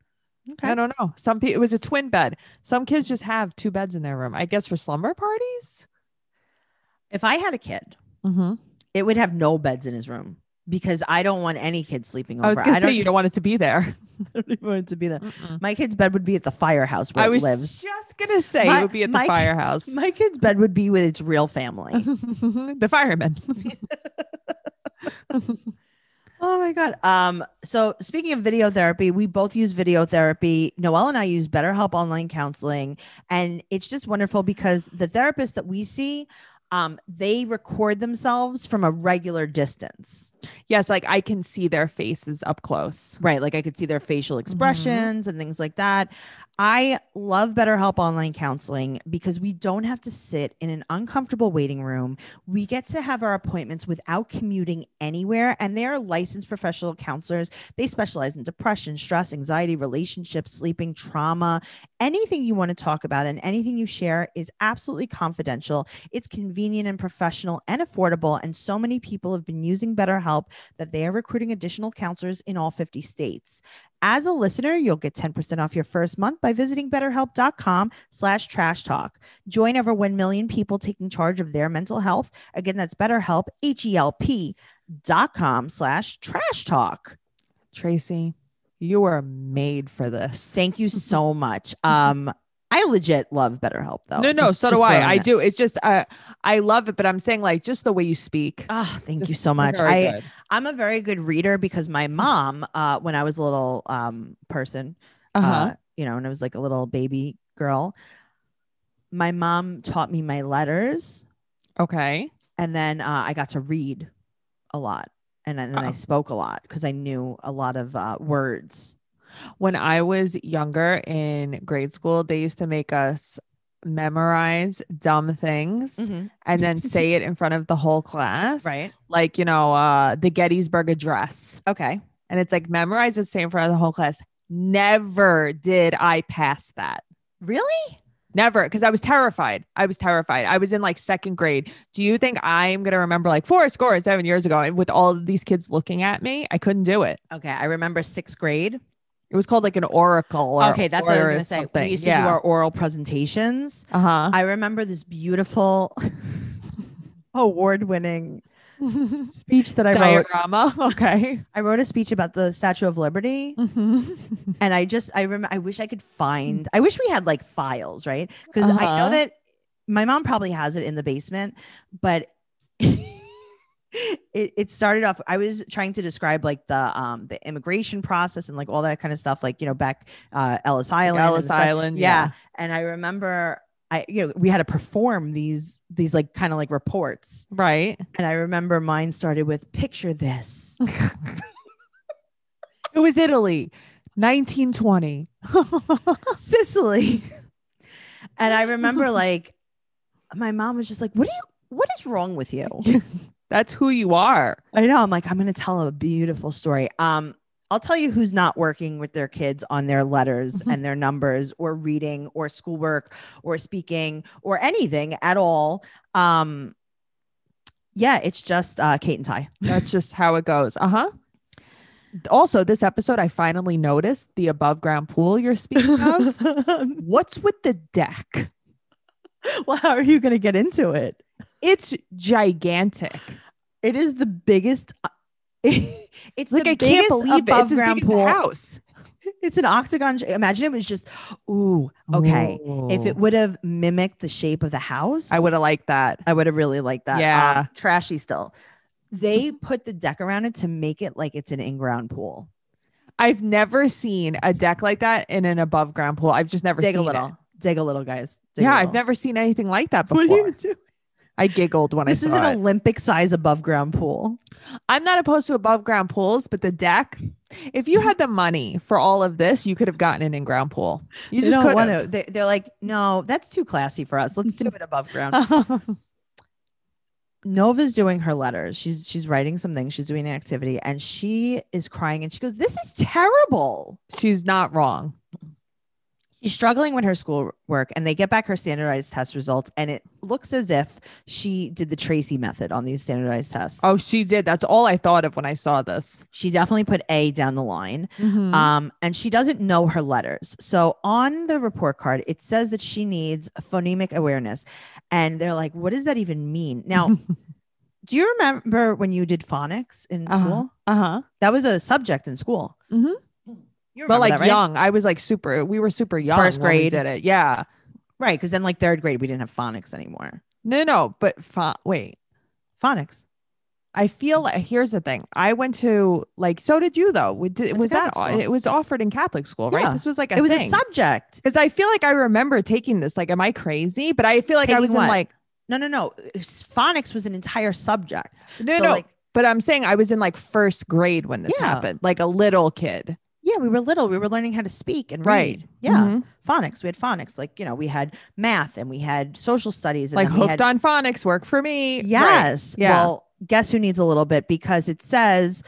Speaker 2: I
Speaker 1: okay
Speaker 2: don't know. Some people it was a twin bed. Some kids just have two beds in their room. I guess for slumber parties.
Speaker 1: if i had a kid
Speaker 2: Mm-hmm.
Speaker 1: it would have no beds in his room because i don't want any kids sleeping over
Speaker 2: I was gonna say
Speaker 1: don't,
Speaker 2: you don't want it to be there.
Speaker 1: I don't even want it to be there my kid's bed would be at the firehouse where
Speaker 2: I was
Speaker 1: it lives
Speaker 2: just gonna say
Speaker 1: My-
Speaker 2: it would be at the
Speaker 1: my-
Speaker 2: firehouse.
Speaker 1: my kid's bed would be with its real family
Speaker 2: the firemen.
Speaker 1: oh my god um so speaking of video therapy we both use video therapy noelle and i use betterhelp online counseling and it's just wonderful because the therapists that we see um they record themselves from a regular distance
Speaker 2: Yes, like I can see their faces up close.
Speaker 1: Right. Like I could see their facial expressions and things like that. I love BetterHelp online counseling because we don't have to sit in an uncomfortable waiting room. We get to have our appointments without commuting anywhere, and they are licensed professional counselors. They specialize in depression, stress, anxiety, relationships, sleeping, trauma, anything you want to talk about, and anything you share is absolutely confidential. It's convenient and professional and affordable, and so many people have been using BetterHelp that they are recruiting additional counselors in all 50 states. As a listener, you'll get 10% off your first month by visiting betterhelp.com slash trash talk. Join over 1 million people taking charge of their mental health. Again, that's betterhelp, H-E-L-P dot com slash trash talk.
Speaker 2: Tracy, you were made for this.
Speaker 1: Thank you so much. Um, I legit love BetterHelp though.
Speaker 2: no, no,
Speaker 1: Just-
Speaker 2: so
Speaker 1: just
Speaker 2: do I.
Speaker 1: throwing
Speaker 2: I
Speaker 1: that-
Speaker 2: do. It's just uh, I love it, but I'm saying like just the way you speak.
Speaker 1: Ah, thank you
Speaker 2: Just
Speaker 1: so much.
Speaker 2: very
Speaker 1: I,
Speaker 2: good.
Speaker 1: I'm a very good reader because my mom, uh, when I was a little um, person,
Speaker 2: uh-huh.
Speaker 1: uh, you know, and I was like a little baby girl. My mom taught me my letters, uh,
Speaker 2: okay.
Speaker 1: and then uh, I got to read a lot, and then, then I
Speaker 2: Oh.
Speaker 1: spoke a lot because I knew a lot of uh, words.
Speaker 2: When I was younger in grade school, they used to make us memorize dumb things and then say it in front of the whole class.
Speaker 1: Mm-hmm. Right.
Speaker 2: Like, you know, uh, the Gettysburg Address.
Speaker 1: Okay.
Speaker 2: And it's like memorize the same in front of the whole class. Never did I pass that.
Speaker 1: Really?
Speaker 2: Never, because I was terrified. I was terrified. I was in like second grade. Do you think I'm gonna remember like four score seven years ago and with all of these kids looking at me? I couldn't do it.
Speaker 1: Okay. I remember sixth grade.
Speaker 2: It was called like an oracle. Or,
Speaker 1: okay, that's what I was
Speaker 2: or
Speaker 1: going to say. We
Speaker 2: something.
Speaker 1: used to do
Speaker 2: yeah.
Speaker 1: our oral presentations.
Speaker 2: Uh
Speaker 1: I remember this beautiful award-winning
Speaker 2: huh.
Speaker 1: speech that I wrote.
Speaker 2: Diorama. Okay.
Speaker 1: I wrote a speech about the Statue of Liberty.
Speaker 2: Mhm.
Speaker 1: and I just I remember I wish I could find I wish we had like files, right? Because I know
Speaker 2: Uh-huh.
Speaker 1: that my mom probably has it in the basement, but it, it started off I was trying to describe like the um the immigration process and like all that kind of stuff, like you know, back uh Ellis Island. and
Speaker 2: Ellis
Speaker 1: stuff.
Speaker 2: Island.
Speaker 1: Yeah. And I remember I you know, we had to perform these these like kind of like reports.
Speaker 2: Right.
Speaker 1: And I remember mine started with picture this.
Speaker 2: It was Italy, 1920.
Speaker 1: Sicily. And I remember like my mom was just like, What do you what is wrong with you?
Speaker 2: That's who you are.
Speaker 1: I know. I'm like, I'm gonna tell a beautiful story. Um, I'll tell you who's not working with their kids on their letters
Speaker 2: Mhm.
Speaker 1: and their numbers or reading or schoolwork or speaking or anything at all. Um yeah, it's just uh, Kate and Ty.
Speaker 2: That's just how it goes. Uh huh. Also, this episode, I finally noticed the above ground pool you're speaking of. What's with the deck?
Speaker 1: well, how are you going to get into it?
Speaker 2: It's gigantic.
Speaker 1: It is the biggest. uh, it's
Speaker 2: Like
Speaker 1: the
Speaker 2: I
Speaker 1: biggest
Speaker 2: can't believe it.
Speaker 1: above
Speaker 2: It's as
Speaker 1: ground
Speaker 2: big as the
Speaker 1: pool.
Speaker 2: house.
Speaker 1: It's an octagon. sh- Imagine it was just, ooh, okay. If it
Speaker 2: Ooh.
Speaker 1: would have mimicked the shape of the house,
Speaker 2: I would have liked that.
Speaker 1: I would have really liked that. Um,
Speaker 2: Yeah.
Speaker 1: trashy still. They put the deck around it to make it like it's an in-ground pool.
Speaker 2: I've never seen a deck like that in an above ground pool. I've just never
Speaker 1: Dig a
Speaker 2: seen
Speaker 1: little.
Speaker 2: it.
Speaker 1: Dig a little, guys. Dig a
Speaker 2: Yeah, I've
Speaker 1: little.
Speaker 2: never seen anything like that
Speaker 1: What
Speaker 2: before.
Speaker 1: do you do?
Speaker 2: I giggled when
Speaker 1: This
Speaker 2: I
Speaker 1: is
Speaker 2: saw
Speaker 1: an
Speaker 2: it.
Speaker 1: Olympic size above ground pool.
Speaker 2: I'm not opposed to above ground pools, but the deck. If
Speaker 1: Mm-hmm.
Speaker 2: you had the money for all of this, you could have gotten an in ground pool. You
Speaker 1: They
Speaker 2: just
Speaker 1: don't
Speaker 2: could
Speaker 1: want
Speaker 2: have.
Speaker 1: to. They, they're like, no, that's too classy for us. Let's do it above ground. Nova's doing her letters. She's she's writing something. She's doing an activity, and she is crying. And she goes, "This is terrible."
Speaker 2: She's not wrong.
Speaker 1: She's struggling with her schoolwork, and they get back her standardized test results, and it looks as if she did the Tracy method on these standardized tests.
Speaker 2: Oh, she did. That's all I thought of when I saw this.
Speaker 1: She definitely put A down the line.
Speaker 2: Uh,
Speaker 1: Um, and she doesn't know her letters. So on the report card, it says that she needs phonemic awareness. And they're like, what does that even mean? Now, do you remember when you did phonics in
Speaker 2: Uh-huh.
Speaker 1: school?
Speaker 2: uh-huh.
Speaker 1: That was a subject in school.
Speaker 2: Mhm.
Speaker 1: You remember
Speaker 2: But like
Speaker 1: that, right?
Speaker 2: young, I was like super. We were super young.
Speaker 1: First
Speaker 2: when we
Speaker 1: grade.
Speaker 2: did it. Yeah.
Speaker 1: Right. Because then, like third grade, we didn't have phonics anymore.
Speaker 2: No, no. But fa- wait,
Speaker 1: Phonics.
Speaker 2: I feel like here's the thing. I went to like. So did you though? We did,
Speaker 1: Went to
Speaker 2: was that
Speaker 1: Catholic school.
Speaker 2: it was offered in Catholic school, right?
Speaker 1: Yeah.
Speaker 2: This was like a
Speaker 1: it was
Speaker 2: thing.
Speaker 1: a subject.
Speaker 2: because I feel like I remember taking this. Like, am I crazy? But I feel like I
Speaker 1: Taking
Speaker 2: was
Speaker 1: what?
Speaker 2: in like
Speaker 1: No, no, no. S- Phonics was an entire subject.
Speaker 2: no,
Speaker 1: So,
Speaker 2: no.
Speaker 1: like,
Speaker 2: but I'm saying I was in like first grade when this
Speaker 1: Yeah.
Speaker 2: happened, like a little kid.
Speaker 1: yeah, yeah, we were little. We were learning how to speak and
Speaker 2: Right.
Speaker 1: read. Yeah.
Speaker 2: Mhm.
Speaker 1: Phonics. We had phonics. Like, you know, we had math and we had social studies. And
Speaker 2: Like
Speaker 1: then we
Speaker 2: hooked
Speaker 1: had,
Speaker 2: on phonics, work for me. Right.
Speaker 1: Yes.
Speaker 2: Yeah.
Speaker 1: Well, guess who needs a little bit because it says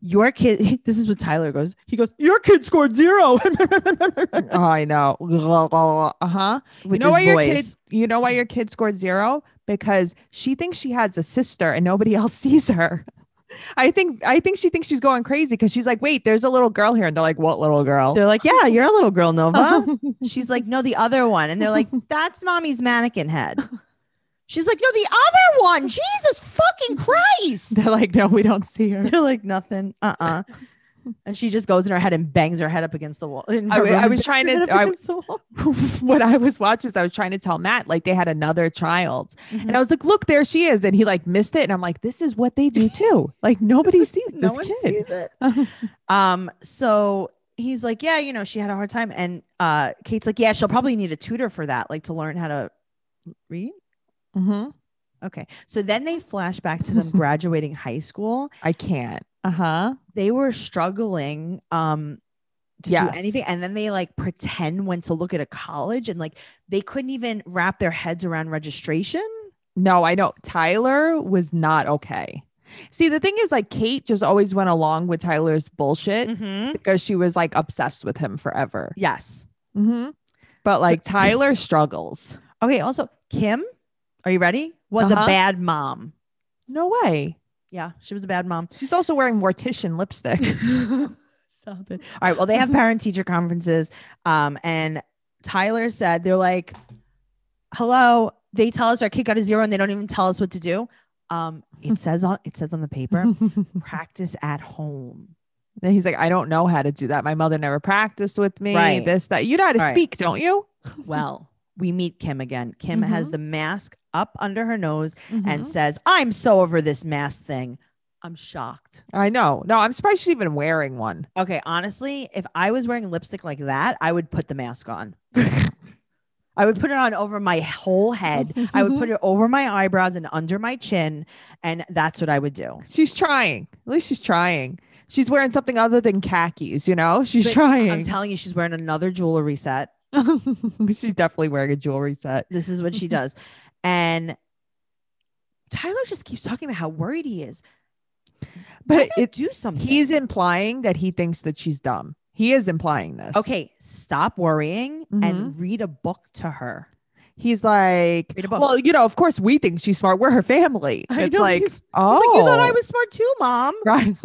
Speaker 1: your kid. This is what Tyler goes. He goes, Your kid scored zero.
Speaker 2: Oh, I know. Uh huh.
Speaker 1: With
Speaker 2: you know why
Speaker 1: his
Speaker 2: your kid
Speaker 1: voice.
Speaker 2: you know why your kid scored zero because she thinks she has a sister and nobody else sees her i think i think she thinks she's going crazy because she's like wait there's a little girl here and they're like what little girl
Speaker 1: They're like, Yeah, you're a little girl, Nova. She's like, No, the other one. And they're like, That's mommy's mannequin head. She's like, No, the other one. Jesus fucking Christ.
Speaker 2: they're like no we don't see her
Speaker 1: They're like, Nothing. Uh uh And she just goes in her head and bangs her head up against the wall. in
Speaker 2: I
Speaker 1: her
Speaker 2: wa-
Speaker 1: room
Speaker 2: I
Speaker 1: and
Speaker 2: was
Speaker 1: bangs
Speaker 2: trying
Speaker 1: her
Speaker 2: to-
Speaker 1: head up
Speaker 2: I-
Speaker 1: against the wall.
Speaker 2: what i was watching is i was trying to tell matt like they had another child
Speaker 1: Mm-hmm.
Speaker 2: and i was like look there she is and he like missed it and i'm like this is what they do too like nobody sees
Speaker 1: No
Speaker 2: this
Speaker 1: one
Speaker 2: kid
Speaker 1: sees it. um, so he's like, yeah, you know, she had a hard time, and uh, Kate's like, yeah, she'll probably need a tutor for that, like to learn how to read.
Speaker 2: hmm
Speaker 1: Okay, so then they flash back to them graduating high school.
Speaker 2: i can't uh-huh
Speaker 1: They were struggling um, to
Speaker 2: Yes.
Speaker 1: do anything, and then they like pretend went to look at a college, and like they couldn't even wrap their heads around registration.
Speaker 2: No, I know. Tyler was not okay. See, the thing is, like, Kate just always went along with Tyler's bullshit
Speaker 1: Mhm.
Speaker 2: because she was like obsessed with him forever.
Speaker 1: Yes.
Speaker 2: hmm But
Speaker 1: So-
Speaker 2: like, Tyler struggles.
Speaker 1: Okay. Also, Kim, are you ready? Was
Speaker 2: Uh-huh.
Speaker 1: a bad mom.
Speaker 2: No way.
Speaker 1: Yeah, she was a bad mom.
Speaker 2: She's also wearing mortician lipstick.
Speaker 1: Stop it. All right. Well, they have parent teacher conferences. Um, and Tyler said they're like, hello. They tell us our kid got a zero and they don't even tell us what to do. Um, it says on it says on the paper,
Speaker 2: and
Speaker 1: practice at home.
Speaker 2: he's like, I don't know how to do that. My mother never practiced with me.
Speaker 1: Right.
Speaker 2: This, that. You know how to
Speaker 1: Right.
Speaker 2: speak, don't you?
Speaker 1: Well, we meet Kim again. Kim has
Speaker 2: Mhm.
Speaker 1: the mask up under her nose and
Speaker 2: Mhm.
Speaker 1: says, I'm so over this mask thing. I'm shocked.
Speaker 2: I know. No, I'm surprised she's even wearing one.
Speaker 1: Okay, honestly, if I was wearing lipstick like that, I would put the mask on. I would put it on over my whole head. I would put it over my eyebrows and under my chin, and that's what I would do.
Speaker 2: She's trying. At least she's trying. She's wearing something other than khakis, you know? She's
Speaker 1: But I'm
Speaker 2: trying.
Speaker 1: telling you, she's wearing another jewelry set.
Speaker 2: she's definitely wearing a jewelry set.
Speaker 1: This is what she does, and Tyler just keeps talking about how worried he is.
Speaker 2: But
Speaker 1: it
Speaker 2: it
Speaker 1: do something.
Speaker 2: he's implying that he thinks that she's dumb. He is implying this.
Speaker 1: okay. Stop worrying and
Speaker 2: Mm-hmm.
Speaker 1: read a book to her.
Speaker 2: He's like,
Speaker 1: Read a book.
Speaker 2: well, you know, of course we think she's smart. We're her family.
Speaker 1: I
Speaker 2: it's
Speaker 1: know,
Speaker 2: like,
Speaker 1: he's-
Speaker 2: oh,
Speaker 1: He's like, you thought I was smart too, mom.
Speaker 2: right.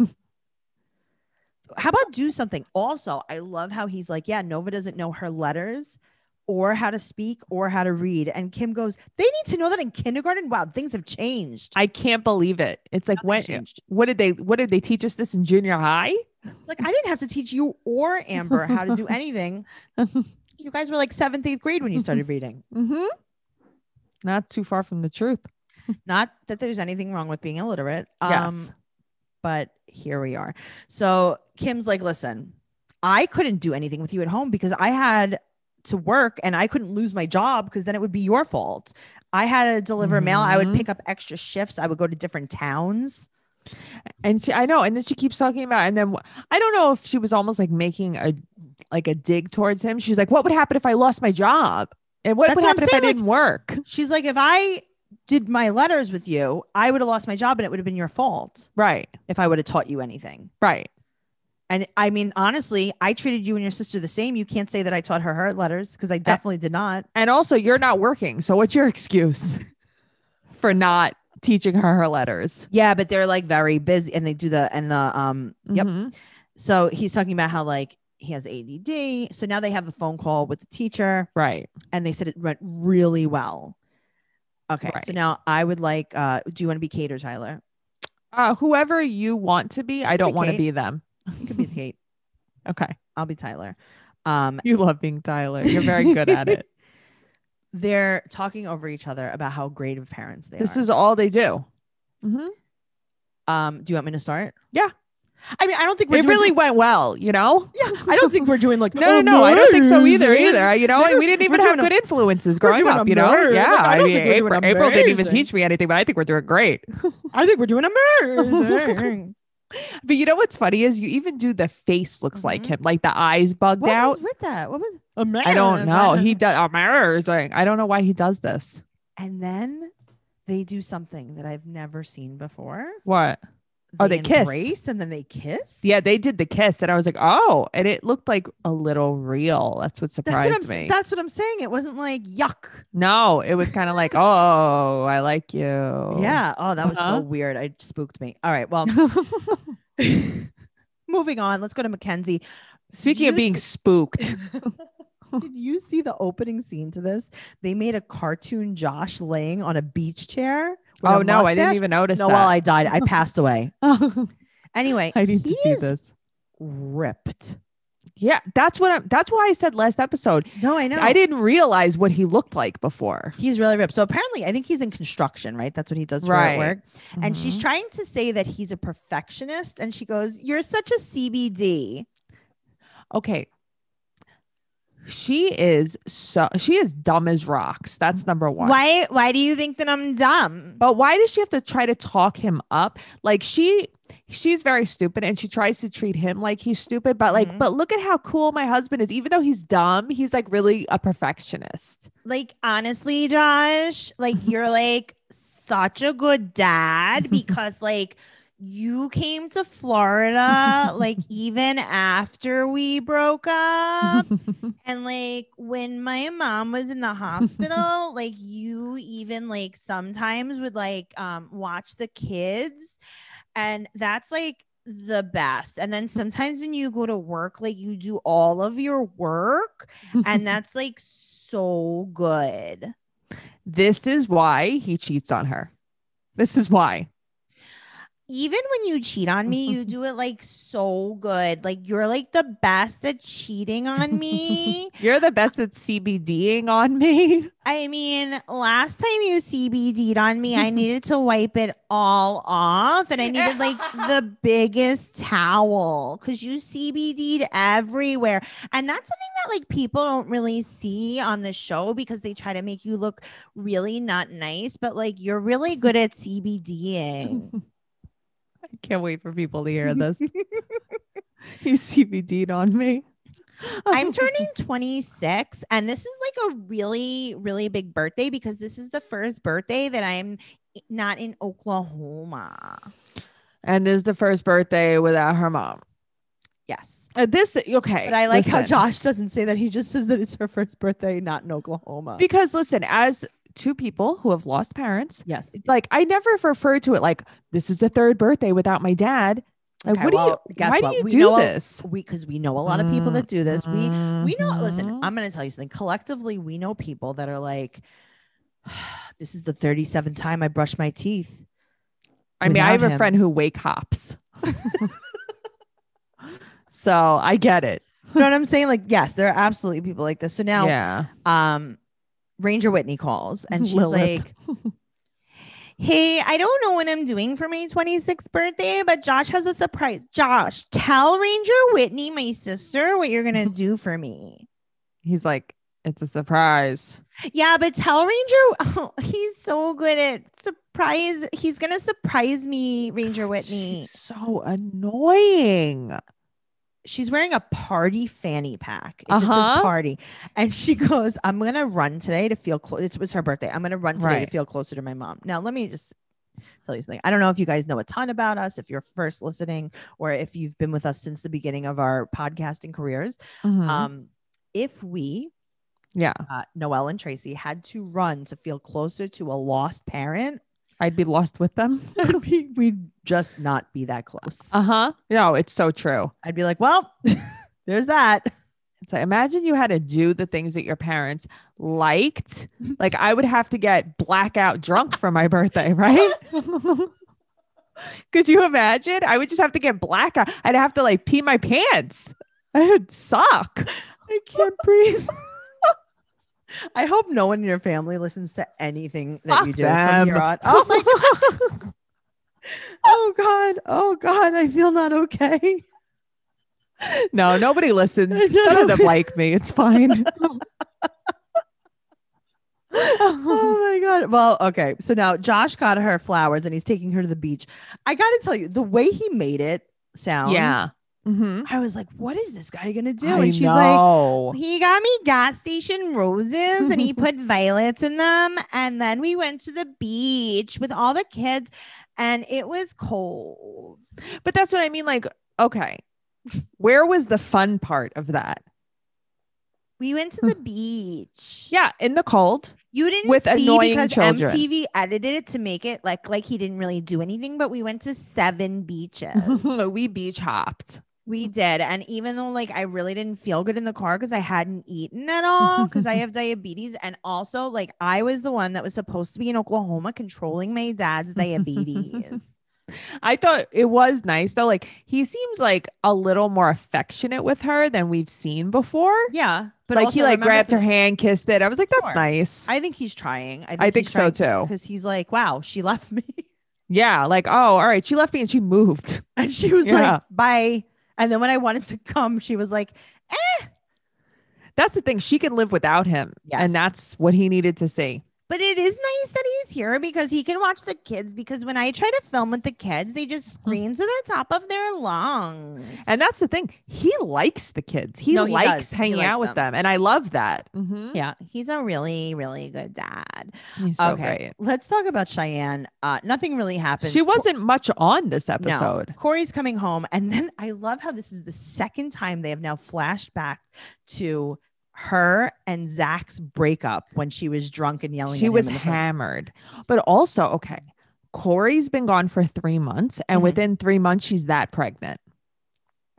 Speaker 1: how about do something? Also, I love how he's like, yeah, Nova doesn't know her letters or how to speak or how to read. And Kim goes, they need to know that in kindergarten. Wow, things have changed.
Speaker 2: I can't believe it. It's like
Speaker 1: Nothing
Speaker 2: when
Speaker 1: changed.
Speaker 2: what did they what did they teach us this in junior high?
Speaker 1: Like, I didn't have to teach you or Amber how to do anything. you guys were like seventh, eighth grade when you started reading.
Speaker 2: Mm-hmm. Not too far from the truth.
Speaker 1: Not that there's anything wrong with being illiterate. um,
Speaker 2: yes.
Speaker 1: but here we are. So Kim's like, listen, I couldn't do anything with you at home because I had to work and I couldn't lose my job because then it would be your fault. I had to deliver mail. I would
Speaker 2: Mhm.
Speaker 1: pick up extra shifts. I would go to different towns.
Speaker 2: and she i know and then she keeps talking about and then wh- i don't know if she was almost like making a like a dig towards him she's like what would happen if i lost my job and what
Speaker 1: That's
Speaker 2: would
Speaker 1: what I'm
Speaker 2: happen if i
Speaker 1: saying, like-
Speaker 2: didn't work
Speaker 1: She's like, if I did my letters with you, I would have lost my job and it would have been your fault
Speaker 2: right
Speaker 1: if I would have taught you anything.
Speaker 2: right
Speaker 1: And I mean, honestly, I treated you and your sister the same. You can't say that I taught her her letters because I definitely did not.
Speaker 2: and also you're not working so what's your excuse for not teaching her her letters
Speaker 1: Yeah, but they're like very busy and they do the and the um yep.
Speaker 2: Mhm.
Speaker 1: So he's talking about how like he has ADD. So now they have a phone call with the teacher
Speaker 2: right
Speaker 1: and they said it went really well. Okay. So
Speaker 2: Right.
Speaker 1: now I would like uh do you want to be Kate or Tyler?
Speaker 2: uh whoever you want to be i don't want to
Speaker 1: Kate.
Speaker 2: be them
Speaker 1: You could be Kate.
Speaker 2: okay
Speaker 1: I'll be Tyler. Um
Speaker 2: you love being tyler you're very good at it
Speaker 1: they're talking over each other about how great of parents they
Speaker 2: this
Speaker 1: are. Mm-hmm.
Speaker 2: is all they do Mhm.
Speaker 1: um do you want me to start?
Speaker 2: Yeah.
Speaker 1: I mean, I don't think we're
Speaker 2: it
Speaker 1: doing
Speaker 2: really went well you know
Speaker 1: yeah, I don't think we're doing like
Speaker 2: No,
Speaker 1: oh,
Speaker 2: no, no, I don't think so either.
Speaker 1: amazing.
Speaker 2: Either you know,
Speaker 1: We're-
Speaker 2: we didn't
Speaker 1: we're
Speaker 2: even have
Speaker 1: doing
Speaker 2: good influences growing
Speaker 1: doing
Speaker 2: up. You know,
Speaker 1: amazing.
Speaker 2: yeah.
Speaker 1: Like, I
Speaker 2: I,
Speaker 1: don't
Speaker 2: mean,
Speaker 1: think we're doing
Speaker 2: April, April didn't even
Speaker 1: amazing.
Speaker 2: teach me anything, but I think we're doing great.
Speaker 1: I think we're doing amazing.
Speaker 2: But you know what's funny is you even do the face looks like
Speaker 1: Mhm.
Speaker 2: him, like the eyes bugged
Speaker 1: What
Speaker 2: out.
Speaker 1: was with that? What was
Speaker 2: I don't know. He does. I'm like, I don't know why he does this.
Speaker 1: and then they do something that I've never seen before.
Speaker 2: What? Oh, they kiss.
Speaker 1: embrace and then they kiss.
Speaker 2: Yeah, they did the kiss, and I was like, oh, and it looked like a little real. That's what
Speaker 1: that's what
Speaker 2: surprised
Speaker 1: I'm. s-
Speaker 2: me.
Speaker 1: That's what I'm saying. It wasn't like yuck.
Speaker 2: no, it was kind of like, oh, I like you. Yeah.
Speaker 1: Yeah. Oh, that was so
Speaker 2: Uh-huh.
Speaker 1: weird. I spooked me. All right. Well, moving on. Let's go to Mackenzie.
Speaker 2: Speaking
Speaker 1: You
Speaker 2: of being
Speaker 1: s-
Speaker 2: spooked,
Speaker 1: Did you see the opening scene to this? They made a cartoon Josh laying on a beach chair. with
Speaker 2: oh
Speaker 1: a
Speaker 2: no, I
Speaker 1: mustache.
Speaker 2: didn't even notice
Speaker 1: No,
Speaker 2: that.
Speaker 1: well, I died. I passed away. Anyway,
Speaker 2: I need
Speaker 1: he
Speaker 2: to see
Speaker 1: is
Speaker 2: this.
Speaker 1: Ripped.
Speaker 2: Yeah, that's what I'm. That's why I said last episode.
Speaker 1: No, I know.
Speaker 2: I didn't realize what he looked like before.
Speaker 1: He's really ripped. So apparently, I think he's in construction, right? That's what he does for at
Speaker 2: Right.
Speaker 1: work. And she's
Speaker 2: Mhm.
Speaker 1: trying to say that he's a perfectionist, and she goes, "You're such a CBD."
Speaker 2: okay. She is so she is dumb as rocks. That's number one.
Speaker 1: Why? Why do you think that I'm dumb?
Speaker 2: But why does she have to try to talk him up? Like she she's very stupid and she tries to treat him like he's stupid, but like
Speaker 1: Mhm.
Speaker 2: but look at how cool my husband is. Even though he's dumb, he's like really a perfectionist.
Speaker 1: Like honestly, Josh, like you're like such a good dad because like you came to Florida like even after we broke up. And like when my mom was in the hospital, like you even like sometimes would like um watch the kids and that's like the best. And then sometimes when you go to work, like you do all of your work and that's like so good.
Speaker 2: this is why he cheats on her. This is why.
Speaker 1: Even when you cheat on me, you do it like so good. Like you're like the best at cheating on me.
Speaker 2: You're the best at CBDing on me.
Speaker 1: I mean, last time you CBD'd on me, I needed to wipe it all off and I needed like the biggest towel because you CBD'd everywhere. And that's something that like people don't really see on the show because they try to make you look really not nice, but like you're really good at CBDing.
Speaker 2: I can't wait for people to hear this. he CBD'd on me.
Speaker 1: I'm turning 26 and this is like a really, really big birthday because this is the first birthday that I'm not in Oklahoma.
Speaker 2: and this is the first birthday without her mom.
Speaker 1: Yes.
Speaker 2: Uh, this okay.
Speaker 1: But I like how
Speaker 2: listen.
Speaker 1: Josh doesn't say that. He just says that it's her first birthday, not in Oklahoma.
Speaker 2: Because listen, as two people who have lost parents,
Speaker 1: yes.
Speaker 2: like I never refer to it like this is the third birthday without my dad. Like,
Speaker 1: Okay,
Speaker 2: what do
Speaker 1: well,
Speaker 2: you?
Speaker 1: guess
Speaker 2: why
Speaker 1: what?
Speaker 2: do you
Speaker 1: We
Speaker 2: do
Speaker 1: know a-
Speaker 2: this?
Speaker 1: We because we know a lot of people
Speaker 2: Mm,
Speaker 1: that do this. We we know listen,
Speaker 2: Mhm.
Speaker 1: I'm gonna tell you something. Collectively, we know people that are like, this is the 37th time I brush my teeth.
Speaker 2: I mean, I have
Speaker 1: without
Speaker 2: a
Speaker 1: him.
Speaker 2: friend who wake hops, so I get it.
Speaker 1: You know what I'm saying? Like, yes, there are absolutely people like this. So now
Speaker 2: yeah,
Speaker 1: um Ranger Whitney calls and she's
Speaker 2: Lilith.
Speaker 1: like Hey, I don't know what I'm doing for my 26th birthday, but Josh has a surprise. Josh, tell Ranger Whitney, my sister, what you're going to do for me.
Speaker 2: he's like, it's a surprise.
Speaker 1: Yeah, but tell Ranger, oh, he's so good at surprise. He's going to surprise me, Ranger Whitney.
Speaker 2: She's so annoying.
Speaker 1: She's wearing a party fanny pack. It just says
Speaker 2: Uh-huh.
Speaker 1: party. And she goes, I'm going to run today to feel close. It was her birthday. I'm going to run today to
Speaker 2: Right.
Speaker 1: feel closer to my mom. Now, let me just tell you something. I don't know if you guys know a ton about us, if you're first listening, or if you've been with us since the beginning of our podcasting careers.
Speaker 2: Mhm.
Speaker 1: Um, if we,
Speaker 2: yeah,
Speaker 1: uh, Noelle and Tracy, had to run to feel closer to a lost parent,
Speaker 2: I'd be lost with them.
Speaker 1: we, we'd just not be that close.
Speaker 2: Uh huh. No, it's so true.
Speaker 1: I'd be like, well, there's that.
Speaker 2: It's like imagine you had to do the things that your parents liked. Like I would have to get blackout drunk for my birthday, right? Could you imagine? I would just have to get blackout. I'd have to like pee my pants. I would suck.
Speaker 1: I can't breathe. I hope no one in your family listens to anything that you
Speaker 2: Fuck
Speaker 1: do from
Speaker 2: them.
Speaker 1: here on. Oh my oh god. Oh god, I feel not okay.
Speaker 2: no, nobody listens.
Speaker 1: No,
Speaker 2: None of
Speaker 1: no.
Speaker 2: them like me. It's fine.
Speaker 1: Oh my god, got well, okay. So now Josh got her flowers and he's taking her to the beach. I gotta tell you, the way he made it sound,
Speaker 2: Yeah. Mm-hmm.
Speaker 1: I was like, what is this guy gonna do? and she's like, he got me gas station roses and he put violets in them. And then we went to the beach with all the kids and it was cold.
Speaker 2: but that's what I mean. Like, okay, where was the fun part of that?
Speaker 1: We went to the beach.
Speaker 2: Hmm. Yeah, in the cold.
Speaker 1: You didn't
Speaker 2: with
Speaker 1: see
Speaker 2: annoying
Speaker 1: because
Speaker 2: children.
Speaker 1: MTV edited it to make it like like he didn't really do anything, but we went to seven beaches.
Speaker 2: we beach hopped.
Speaker 1: we did. And even though like I really didn't feel good in the car because I hadn't eaten at all because I have diabetes. And also like I was the one that was supposed to be in Oklahoma controlling my dad's diabetes.
Speaker 2: I thought it was nice though. Like he seems like a little more affectionate with her than we've seen before.
Speaker 1: yeah. But
Speaker 2: like
Speaker 1: also
Speaker 2: he like
Speaker 1: remember
Speaker 2: grabbed her
Speaker 1: some-
Speaker 2: hand, kissed it. I was like, that's
Speaker 1: Sure.
Speaker 2: nice. I,
Speaker 1: I think he's trying. I think,
Speaker 2: think so too.
Speaker 1: Because he's like, wow, she left me.
Speaker 2: Yeah, like oh, all right. She left me and she moved.
Speaker 1: And she was
Speaker 2: Yeah.
Speaker 1: like, bye. And then when I wanted to come, she was like,
Speaker 2: That's the thing. She can live without him,
Speaker 1: Yes.
Speaker 2: and that's what he needed to see.
Speaker 1: But it is nice that he's here because he can watch the kids. Because when I try to film with the kids, they just scream to the top of their lungs.
Speaker 2: Hmm. And that's the thing. He likes the kids. He
Speaker 1: No, he does.
Speaker 2: likes
Speaker 1: He
Speaker 2: hanging
Speaker 1: likes
Speaker 2: out with
Speaker 1: them.
Speaker 2: them, and I love that. Mm-hmm.
Speaker 1: yeah, he's a really, really good dad.
Speaker 2: He's so
Speaker 1: okay,
Speaker 2: great.
Speaker 1: let's talk about Cheyenne. Uh, nothing really happened.
Speaker 2: She wasn't much on this
Speaker 1: No.
Speaker 2: episode.
Speaker 1: Corey's coming home, and then I love how this is the second time they have now flashed back to her and Zach's breakup when she was drunk and yelling.
Speaker 2: She
Speaker 1: at him
Speaker 2: was
Speaker 1: in the front-
Speaker 2: hammered. But also, okay, Corey's been gone for three months, and
Speaker 1: Mhm.
Speaker 2: within three months, she's that pregnant.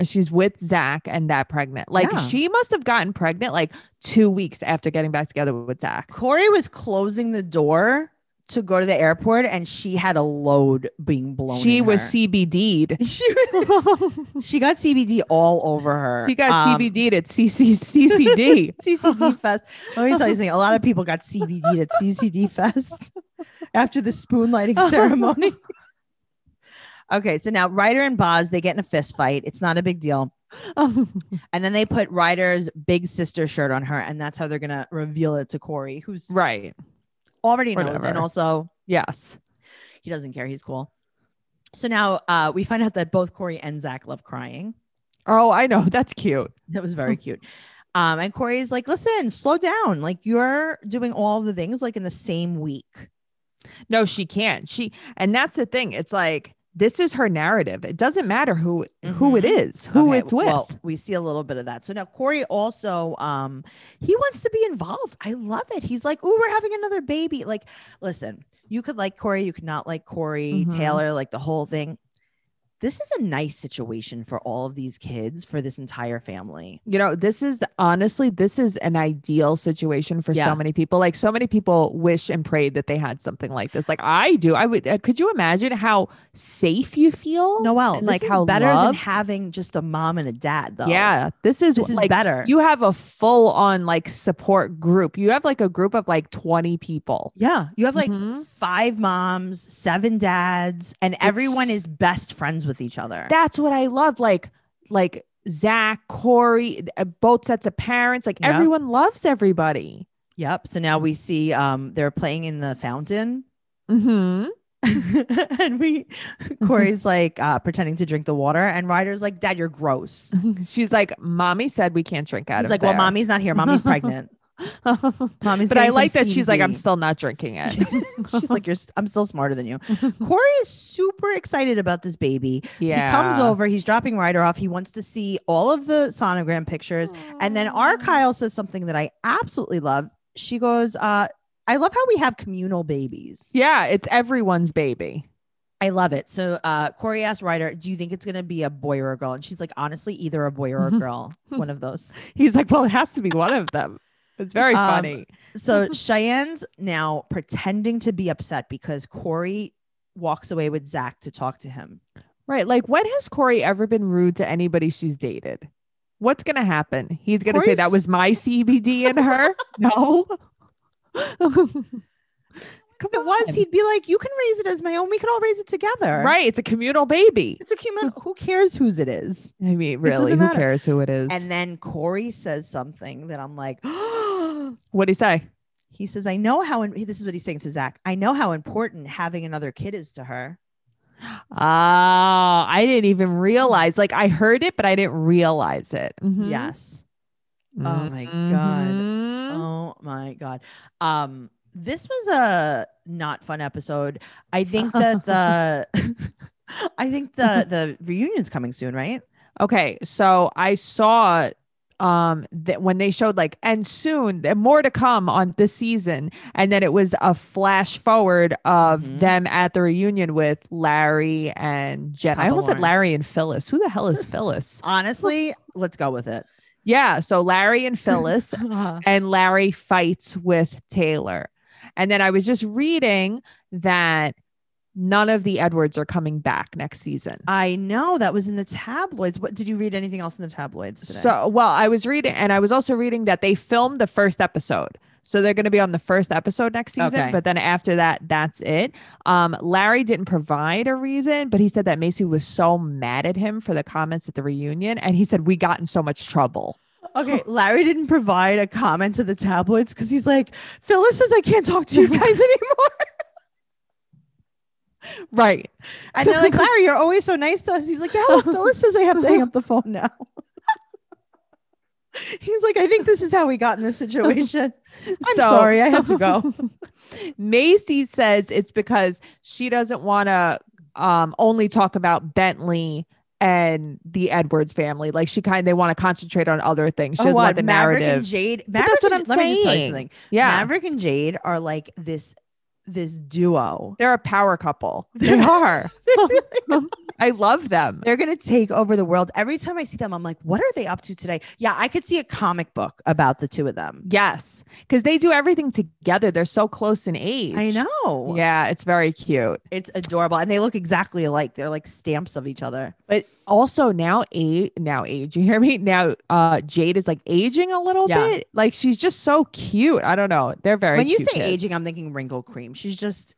Speaker 2: She's with Zach and that pregnant. Like
Speaker 1: Yeah.
Speaker 2: she must have gotten pregnant like two weeks after getting back together with Zach.
Speaker 1: Corey was closing the door to go to the airport, and she had a load being blown.
Speaker 2: She
Speaker 1: in
Speaker 2: was
Speaker 1: her.
Speaker 2: CBD'd.
Speaker 1: She, she got CBD all over her.
Speaker 2: she got
Speaker 1: Um,
Speaker 2: CBD'd at CC CCD.
Speaker 1: CCD Fest. Let me tell you something. A lot of people got CBD at CCD Fest after the spoon
Speaker 2: Oh
Speaker 1: lighting ceremony. okay, so now Ryder and Boz they get in a fist fight. It's not a big deal, and then they put Ryder's big sister shirt on her, and that's how they're gonna reveal it to Corey, who's
Speaker 2: right.
Speaker 1: already knows, and
Speaker 2: Whatever.
Speaker 1: also
Speaker 2: Yes.
Speaker 1: he doesn't care. He's cool. So now uh, we find out that both Corey and Zach love crying.
Speaker 2: Oh, I know. That's cute.
Speaker 1: That was
Speaker 2: Oh.
Speaker 1: very cute. Um, and Corey's like, listen, slow down. Like you're doing all the things like in the same week.
Speaker 2: No, she can't. She and that's the thing. It's like this is her narrative. It doesn't matter who who it is, who
Speaker 1: Mm-hmm. Okay,
Speaker 2: it's with.
Speaker 1: Well, we see a little bit of that. So now Corey also, um, he wants to be involved. I love it. He's like, oh, we're having another baby. Like, listen, you could like Corey, you could not like Corey
Speaker 2: Mhm.
Speaker 1: Taylor, like the whole thing. This is a nice situation for all of these kids, for this entire family.
Speaker 2: you know, this is honestly, this is an ideal situation for
Speaker 1: Yeah.
Speaker 2: so many people. Like so many people wish and prayed that they had something like this. Like I do. I would uh, could you imagine how safe you feel?
Speaker 1: Noelle,
Speaker 2: and,
Speaker 1: like
Speaker 2: like,
Speaker 1: this
Speaker 2: how
Speaker 1: is better than
Speaker 2: loved.
Speaker 1: having just a mom and a dad, though.
Speaker 2: Yeah. This is
Speaker 1: this is
Speaker 2: like
Speaker 1: better.
Speaker 2: you have a full on like support group. You have like a group of like 20 people.
Speaker 1: Yeah, you have like
Speaker 2: Mhm.
Speaker 1: five moms, seven dads, and everyone is best friends with each other.
Speaker 2: that's what I love. Like, like Zach, Corey, uh, both sets of parents. Like
Speaker 1: Yeah.
Speaker 2: everyone loves everybody.
Speaker 1: yep. So now we see um they're playing in the fountain.
Speaker 2: hmm
Speaker 1: and we Corey's like uh pretending to drink the water and Ryder's like, Dad, you're gross.
Speaker 2: She's like, "Mommy said we can't drink out
Speaker 1: He's
Speaker 2: of
Speaker 1: like, Well, mommy's not here. Mommy's pregnant.
Speaker 2: mommy."
Speaker 1: Mommy's
Speaker 2: but I
Speaker 1: getting some
Speaker 2: like that she's like, "I'm
Speaker 1: CBD."
Speaker 2: still not drinking it."
Speaker 1: She's like, You're st- I'm still smarter than you. Corey is super excited about this baby.
Speaker 2: yeah,
Speaker 1: He comes over, he's dropping Ryder off. He wants to see all of the sonogram pictures. And then our Kyle says something that I absolutely love. She goes, uh, I love how we have communal babies.
Speaker 2: Yeah, it's everyone's baby.
Speaker 1: I love it. So uh, Corey asked Ryder, Do you think it's going to be a boy or a girl? And she's like, Honestly, either a boy or a girl, one of those.
Speaker 2: He's like, "Well, it has to be one of them." It's very
Speaker 1: Um,
Speaker 2: funny.
Speaker 1: So Cheyenne's now pretending to be upset because Corey walks away with Zach to talk to him.
Speaker 2: Right. Like, when has Corey ever been rude to anybody she's dated? What's going to happen? He's going to say that
Speaker 1: Corey's-
Speaker 2: was my CBD in her. no. Come
Speaker 1: If it was,
Speaker 2: on.
Speaker 1: he'd be like, You can raise it as my own. We can all raise it together.
Speaker 2: Right. It's a communal baby.
Speaker 1: It's a human. Who cares whose it is?
Speaker 2: I mean,
Speaker 1: doesn't
Speaker 2: really, who
Speaker 1: matter.
Speaker 2: cares who it is?
Speaker 1: And then Corey says something that I'm like,
Speaker 2: What'd he say?
Speaker 1: He says, I know how, in- this is what he's saying to Zach. I know how important having another kid is to her.
Speaker 2: Oh, Ah, I didn't even realize. Like I heard it, but I didn't realize it. Mm-hmm. Mhm.
Speaker 1: Yes. Oh my God.
Speaker 2: Mhm.
Speaker 1: Oh my God. Um, this was a not fun episode. I think that the, I think the, the reunion's coming soon, right?
Speaker 2: Okay, so I saw um that when they showed like and soon and more to come on this season and then it was a flash forward of
Speaker 1: Mhm.
Speaker 2: them at the reunion with Larry and Jen. I
Speaker 1: Papa
Speaker 2: almost said
Speaker 1: Lawrence.
Speaker 2: Larry and Phyllis. Who the hell is Phyllis?
Speaker 1: Honestly, let's go with it.
Speaker 2: Yeah, so Larry and Phyllis and Larry fights with Taylor. And then I was just reading that none of the Edwards are coming back next season.
Speaker 1: I know that was in the tabloids. What did you read anything else in the tabloids today?
Speaker 2: So, well, I was reading, and I was also reading that they filmed the first episode. So they're going to be on the first episode next season,
Speaker 1: Okay.
Speaker 2: but then after that, that's it. Um, Larry didn't provide a reason, but he said that Macy was so mad at him for the comments at the reunion, and he said we got in so much trouble.
Speaker 1: okay, Larry didn't provide a comment to the tabloids because he's like, Phyllis says I can't talk to you guys anymore.
Speaker 2: Right?
Speaker 1: And they're like, Larry, you're always so nice to us. He's like, Yeah, well, Phyllis says I have to hang up the phone now. he's like, I think this is how we got in this situation. I'm
Speaker 2: So-
Speaker 1: sorry, I have to go.
Speaker 2: Macy says it's because she doesn't want to um, only talk about Bentley and the Edwards family. Like she kind, they want to concentrate on other things. She doesn't want the
Speaker 1: Oh, Maverick
Speaker 2: narrative.
Speaker 1: and Jade. Maverick
Speaker 2: that's what
Speaker 1: and-
Speaker 2: I'm
Speaker 1: let me just tell you
Speaker 2: saying.
Speaker 1: something.
Speaker 2: yeah,
Speaker 1: Maverick and Jade are like this this duo.
Speaker 2: They're a power couple. They
Speaker 1: They're-
Speaker 2: are. I love them.
Speaker 1: They're going to take over the world. Every time I see them, I'm like, what are they up to today? Yeah, I could see a comic book about the two of them.
Speaker 2: Yes, because they do everything together. They're so close in age.
Speaker 1: I know.
Speaker 2: Yeah, it's very cute.
Speaker 1: It's adorable. And they look exactly alike. They're like stamps of each other.
Speaker 2: But also now age now age. You hear me? Now uh Jade is like aging a little
Speaker 1: Yeah.
Speaker 2: bit. Like she's just so cute. I don't know. They're very
Speaker 1: when you
Speaker 2: cute
Speaker 1: say
Speaker 2: kids.
Speaker 1: aging, I'm thinking wrinkle cream. She's just,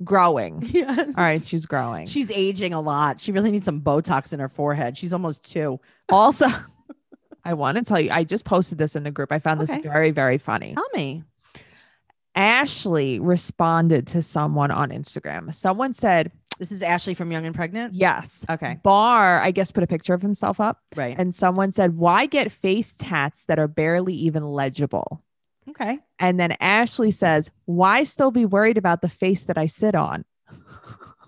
Speaker 2: growing.
Speaker 1: yes.
Speaker 2: All right, she's growing.
Speaker 1: She's aging a lot. She really needs some Botox in her forehead. She's almost two.
Speaker 2: also I want to tell you, I just posted this in the group. I found
Speaker 1: Okay.
Speaker 2: this very, very funny.
Speaker 1: Tell me.
Speaker 2: Ashley responded to someone on Instagram. Someone said,
Speaker 1: This is Ashley from Young and Pregnant.
Speaker 2: Yes.
Speaker 1: Okay.
Speaker 2: Barr, I guess, put a picture of himself up,
Speaker 1: Right.
Speaker 2: and someone said, Why get face tats that are barely even legible?
Speaker 1: Okay.
Speaker 2: And then Ashley says, Why still be worried about the face that I sit on?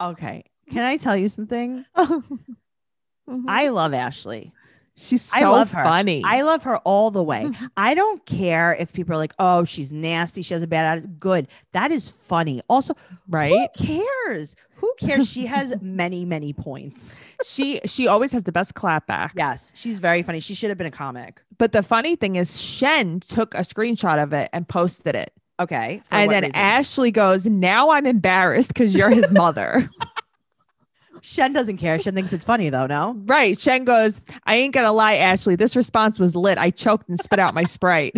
Speaker 1: Okay. Can I tell you something?
Speaker 2: Mm-hmm. I
Speaker 1: I love Ashley.
Speaker 2: Mm-hmm. she's so
Speaker 1: I love her.
Speaker 2: funny.
Speaker 1: I love her all the way.
Speaker 2: Mm-hmm.
Speaker 1: I don't care if people are like, "Oh, she's nasty. She has a bad attitude." Good. That is funny. Also, who
Speaker 2: right?
Speaker 1: cares? Who cares? She has many, many points.
Speaker 2: she she always has the best clapbacks.
Speaker 1: Yes, she's very funny. She should have been a comic.
Speaker 2: But the funny thing is Shen took a screenshot of it and posted it.
Speaker 1: Okay. for
Speaker 2: and
Speaker 1: what
Speaker 2: then
Speaker 1: reason?
Speaker 2: Ashley goes, Now I'm embarrassed because you're his mother.
Speaker 1: Shen doesn't care. Shen thinks it's funny though. No.
Speaker 2: Right. Shen goes, I ain't going to lie, Ashley. This response was lit. I choked and spit out my Sprite.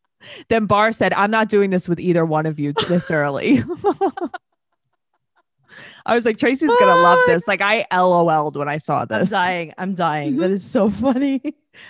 Speaker 2: then Barr said, I'm not doing this with either one of you this early. I was like, Tracy's going to love this. Like, I LOL'd when I saw
Speaker 1: I'm
Speaker 2: this.
Speaker 1: dying. I'm dying. That is so funny.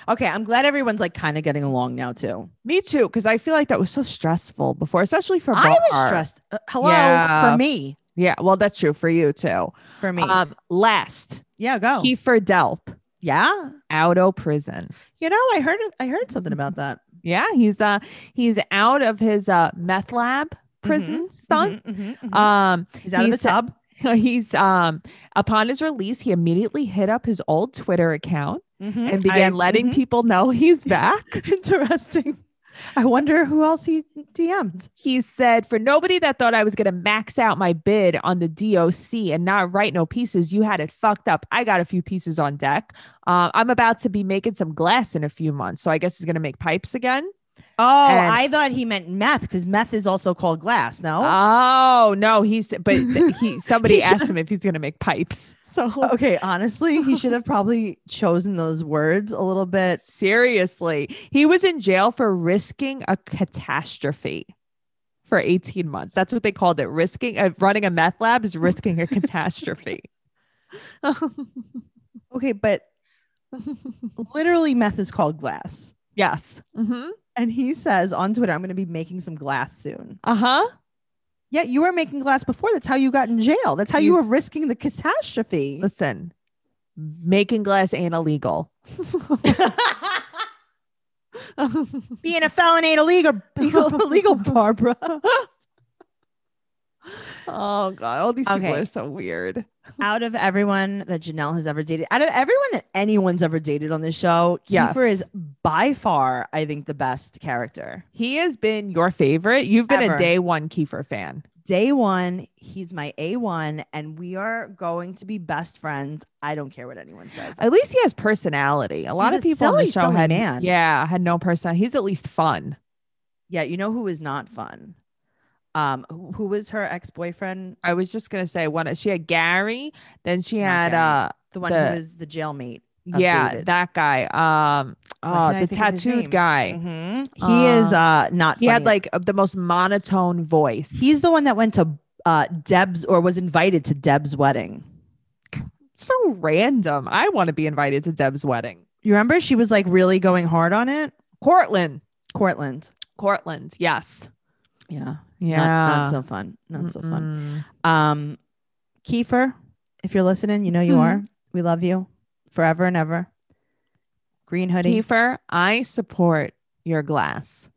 Speaker 1: Okay, I'm glad everyone's like kind of getting along now too.
Speaker 2: Me too, because I feel like that was so stressful before, especially for Barr.
Speaker 1: I was stressed. Uh, hello
Speaker 2: Yeah.
Speaker 1: for me.
Speaker 2: Yeah. Well, that's true for you too.
Speaker 1: For me. Oh.
Speaker 2: Um, last,
Speaker 1: yeah, go.
Speaker 2: Kiefer Delp,
Speaker 1: yeah.
Speaker 2: out of prison.
Speaker 1: You know, I heard I heard something about that.
Speaker 2: Yeah. He's uh he's out of his uh meth lab prison stunt.
Speaker 1: Mhm, mhm, mhm.
Speaker 2: Um,
Speaker 1: He's out of the
Speaker 2: he's-
Speaker 1: tub.
Speaker 2: he's um upon his release, he immediately hit up his old Twitter account
Speaker 1: Mhm.
Speaker 2: and began
Speaker 1: I-
Speaker 2: letting
Speaker 1: mhm.
Speaker 2: people know he's back.
Speaker 1: Interesting. I wonder who else he DM'd.
Speaker 2: he said, "For nobody that thought I was gonna max out my bid on the DOC and not write no pieces, you had it fucked up. I got a few pieces on deck. Uh, I'm about to be making some glass in a few months, so I guess he's gonna make pipes again.
Speaker 1: Oh,
Speaker 2: And-
Speaker 1: I thought he meant meth because meth is also called glass. No.
Speaker 2: Oh, no, he's but th- he somebody
Speaker 1: He should-
Speaker 2: asked him if he's gonna make pipes. Oh, So
Speaker 1: okay. Honestly, he should have probably chosen those words a little bit.
Speaker 2: Seriously, he was in jail for risking a catastrophe for 18 months. That's what they called it. Risking uh, running a meth lab is risking a catastrophe.
Speaker 1: Okay, but literally, meth is called glass.
Speaker 2: yes. hmm
Speaker 1: And he says on Twitter, I'm going to be making some glass soon.
Speaker 2: Uh huh.
Speaker 1: Yeah, you were making glass before. That's how you got in jail. That's how you were
Speaker 2: He's-
Speaker 1: risking the catastrophe.
Speaker 2: Listen, making glass ain't illegal.
Speaker 1: Being a felon ain't illegal, illegal, illegal Barbara.
Speaker 2: Oh god, all these people
Speaker 1: Okay.
Speaker 2: are so weird.
Speaker 1: out of everyone that Janelle has ever dated, out of everyone that anyone's ever dated on this show,
Speaker 2: Yes.
Speaker 1: Kiefer is by far, I think, the best character.
Speaker 2: He has been your favorite. You've been
Speaker 1: Ever.
Speaker 2: a day one Kiefer fan.
Speaker 1: Day one, he's my A1, and we are going to be best friends. I don't care what anyone says.
Speaker 2: At least he has personality. A lot
Speaker 1: He's
Speaker 2: of
Speaker 1: a
Speaker 2: people on
Speaker 1: silly,
Speaker 2: the show
Speaker 1: silly
Speaker 2: had
Speaker 1: man.
Speaker 2: yeah had no personality. He's at least fun.
Speaker 1: yeah, you know who is not fun? Um, who, who was her ex boyfriend?
Speaker 2: I was just gonna say one. She had Gary. Then she
Speaker 1: Not
Speaker 2: had
Speaker 1: Gary.
Speaker 2: uh
Speaker 1: The one
Speaker 2: The-
Speaker 1: who was the jailmate. of
Speaker 2: yeah
Speaker 1: David's.
Speaker 2: that guy. Um
Speaker 1: Why
Speaker 2: oh
Speaker 1: can't I
Speaker 2: the
Speaker 1: think of his name?
Speaker 2: tattooed guy.
Speaker 1: Mhm. He is uh not.
Speaker 2: He had
Speaker 1: funny.
Speaker 2: like uh, the most monotone voice.
Speaker 1: he's the one that went to uh Deb's or was invited to Deb's wedding.
Speaker 2: so random. I want to be invited to Deb's wedding.
Speaker 1: You remember she was like really going hard on it?
Speaker 2: Cortland.
Speaker 1: Cortland.
Speaker 2: Cortland. Yes.
Speaker 1: Yeah.
Speaker 2: Yeah.
Speaker 1: Not, not so fun. Not so fun.
Speaker 2: Mm-mm.
Speaker 1: Um Kiefer, if you're listening, you know you
Speaker 2: Mhm.
Speaker 1: are. We love you forever and ever. Green hoodie.
Speaker 2: Kiefer, I support your glass.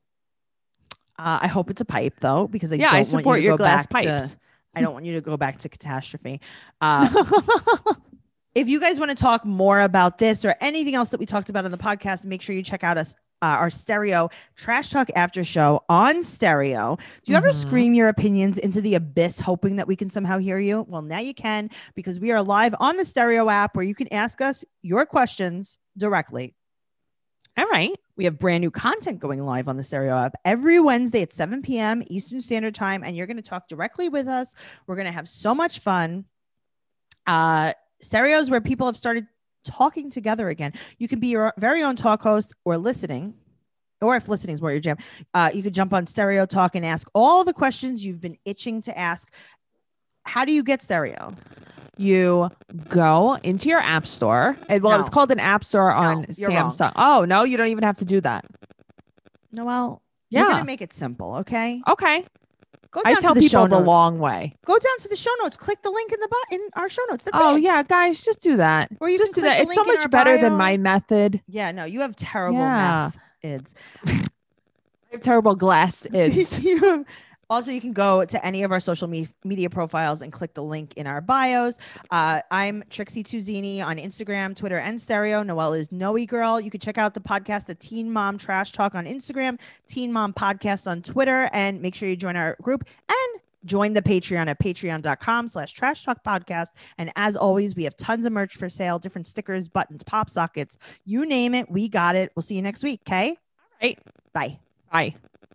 Speaker 1: Uh, I hope it's a pipe though, because I
Speaker 2: yeah,
Speaker 1: don't
Speaker 2: I
Speaker 1: want
Speaker 2: support
Speaker 1: you to
Speaker 2: your
Speaker 1: go
Speaker 2: glass
Speaker 1: back
Speaker 2: pipes.
Speaker 1: to I don't want you to go back to catastrophe. Uh, if you guys want to talk more about this or anything else that we talked about on the podcast, make sure you check out us uh, our stereo trash talk after show on stereo. Do you ever
Speaker 2: Mhm.
Speaker 1: scream your opinions into the abyss, hoping that we can somehow hear you? Well, now you can because we are live on the stereo app where you can ask us your questions directly.
Speaker 2: All right.
Speaker 1: We have brand new content going live on the Stereo app every Wednesday at 7 p.m. Eastern Standard Time, and you're going to talk directly with us. We're going to have so much fun. Uh, stereos where people have started talking together again. You can be your very own talk host or listening. Or if listening is more your jam, uh, you could jump on Stereo Talk and ask all the questions you've been itching to ask. How do you get Stereo?
Speaker 2: You go into your app store. And well, it's
Speaker 1: No.
Speaker 2: called an app store on
Speaker 1: you're wrong.
Speaker 2: Samsung. Oh, no, you don't even have to do that.
Speaker 1: Noel, we're going
Speaker 2: Yeah.
Speaker 1: to make it simple, okay?
Speaker 2: Okay.
Speaker 1: Go
Speaker 2: I
Speaker 1: down
Speaker 2: tell
Speaker 1: to the
Speaker 2: people
Speaker 1: show
Speaker 2: the
Speaker 1: notes.
Speaker 2: long way.
Speaker 1: Go down to the show notes. Click the link in the bu- in our show notes. That's
Speaker 2: oh,
Speaker 1: it.
Speaker 2: yeah, guys, just do that.
Speaker 1: Or you
Speaker 2: just
Speaker 1: can
Speaker 2: do
Speaker 1: click the
Speaker 2: that. It's so
Speaker 1: link in
Speaker 2: much
Speaker 1: our
Speaker 2: better than
Speaker 1: bio.
Speaker 2: my method.
Speaker 1: Yeah, no, you have terrible
Speaker 2: Yeah.
Speaker 1: methods.
Speaker 2: I have terrible glass is.
Speaker 1: You- also, you can go to any of our social me- media profiles and click the link in our bios. Uh, I'm Trixie Tuzini on Instagram, Twitter, and Stereo. Noelle is Noe Girl. You can check out the podcast, The Teen Mom Trash Talk on Instagram, Teen Mom Podcast on Twitter, and make sure you join our group and join the Patreon at patreon.com slash trash talk podcast. And as always, we have tons of merch for sale, different stickers, buttons, pop sockets, you name it, we got it. We'll see you next week, okay?
Speaker 2: All right.
Speaker 1: Bye.
Speaker 2: Bye.